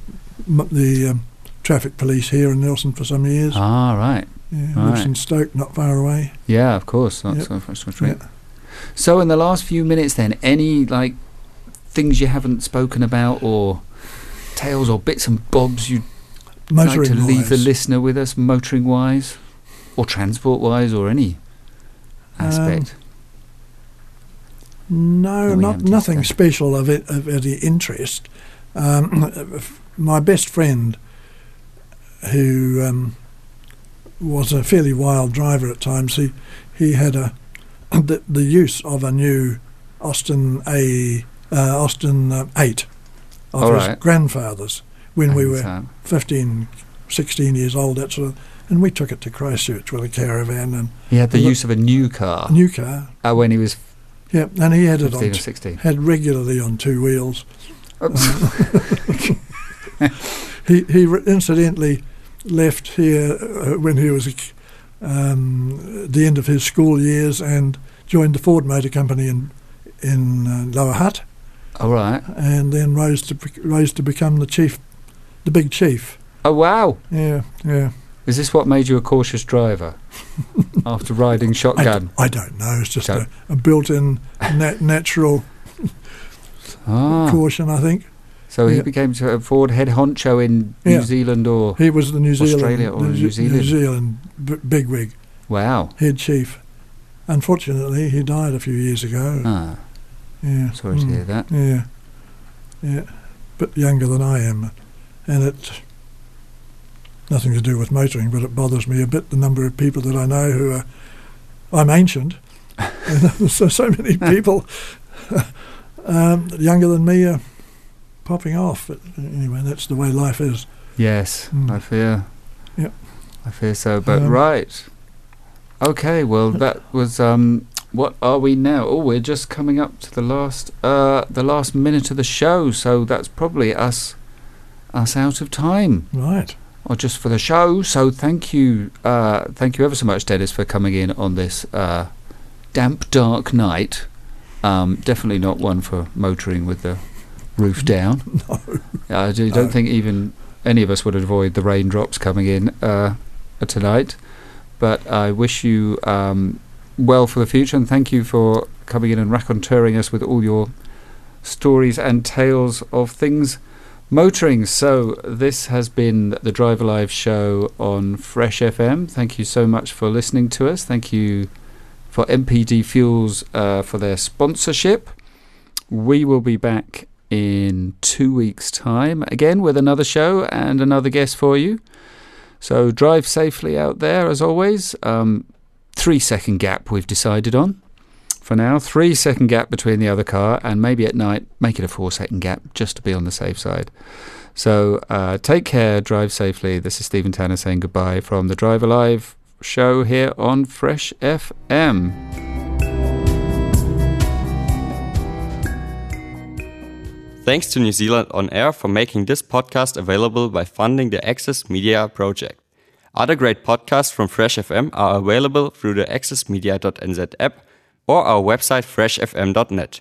Speaker 2: m- the um, traffic police here in Nelson for some years.
Speaker 1: Ah, right.
Speaker 2: yeah, lives
Speaker 1: right.
Speaker 2: in Stoke, not far away.
Speaker 1: Yeah, of course. That's
Speaker 2: Yep.
Speaker 1: so much- much right. So, in the last few minutes, then, any like things you haven't spoken about, or tales, or bits and bobs you'd like
Speaker 2: Motoring
Speaker 1: to leave the
Speaker 2: wise.
Speaker 1: listener with us, motoring wise, or transport wise, or any
Speaker 2: Um,
Speaker 1: aspect?
Speaker 2: No,
Speaker 1: Well, we
Speaker 2: not
Speaker 1: haven't
Speaker 2: nothing
Speaker 1: discussed.
Speaker 2: special of it of any interest. Um, [clears throat] f- my best friend, who um, was a fairly wild driver at times, he he had a [clears throat] the, the use of a new Austin A uh, Austin uh, eight of
Speaker 1: All
Speaker 2: his
Speaker 1: right.
Speaker 2: grandfather's when we
Speaker 1: And,
Speaker 2: were
Speaker 1: um,
Speaker 2: 15, 16 years old, that sort of, and we took it to Christchurch with a caravan and
Speaker 1: he had the
Speaker 2: Look-
Speaker 1: use of a new car
Speaker 2: a new car.
Speaker 1: uh, when he was
Speaker 2: Yeah, and he had it on
Speaker 1: fifteen or
Speaker 2: t- [laughs]
Speaker 1: sixteen.
Speaker 2: had regularly on two wheels.
Speaker 1: Oops.
Speaker 2: He he re- incidentally left here uh, when he was a k- um, at the end of his school years and joined the Ford Motor Company in in uh, Lower Hutt
Speaker 1: [laughs] All right.
Speaker 2: and then rose to bec- rose to become the chief, the big chief.
Speaker 1: Oh wow!
Speaker 2: Yeah, yeah.
Speaker 1: Is this what made you a cautious
Speaker 2: [laughs]
Speaker 1: driver after riding
Speaker 2: I,
Speaker 1: shotgun?
Speaker 2: d- I don't know. It's just
Speaker 1: Don't-
Speaker 2: a, a built-in
Speaker 1: [laughs]
Speaker 2: nat- natural
Speaker 1: Ah,
Speaker 2: caution. I think
Speaker 1: so he
Speaker 2: Yeah.
Speaker 1: became sort of Ford head honcho in New
Speaker 2: Yeah.
Speaker 1: Zealand, or
Speaker 2: he was the New Zealand
Speaker 1: Australia or
Speaker 2: the
Speaker 1: New
Speaker 2: Ze- New
Speaker 1: Zealand?
Speaker 2: Zealand b- bigwig
Speaker 1: wow.
Speaker 2: head chief. Unfortunately, he died a few years ago.
Speaker 1: Ah,
Speaker 2: Yeah.
Speaker 1: sorry to
Speaker 2: mm.
Speaker 1: hear that.
Speaker 2: Yeah, yeah, bit younger than I am, and it nothing to do with motoring, but it bothers me a bit the number of people that I know who are I'm ancient, [laughs] and there's so so many people um, younger than me are popping off. But anyway, that's the way life is.
Speaker 1: Yes,
Speaker 2: Mm.
Speaker 1: I fear.
Speaker 2: Yep.
Speaker 1: I fear so. But
Speaker 2: Um,
Speaker 1: right. Okay. Well, that was um. What are we now? Oh, we're just coming up to the last uh the last minute of the show, so that's probably us us out of time.
Speaker 2: Right.
Speaker 1: or just for the show. So thank you, uh, thank you ever so much, Dennis, for coming in on this uh, damp, dark night. Um, definitely not one for motoring with the roof down. No, I do, don't
Speaker 2: No.
Speaker 1: think even any of us would avoid the raindrops coming in uh, tonight. But I wish you um, well for the future, and thank you for coming in and raconteuring us with all your stories and tales of things motoring. So, this has been the Drive Alive show on Fresh FM. Thank you so much for listening to us. Thank you for MPD Fuels uh, for their sponsorship. We will be back in two weeks' time again with another show and another guest for you. So, drive safely out there as always. Um, three second gap we've decided on for now. Three second gap between the other car, and maybe at night make it a four second gap just to be on the safe side. So uh, take care, drive safely. This is Stephen Tanner saying goodbye from the Drive Alive show here on Fresh FM.
Speaker 3: Thanks to New Zealand On Air for making this podcast available by funding the Access Media project. Other great podcasts from Fresh FM are available through the accessmedia.nz app or our website freshfm.net.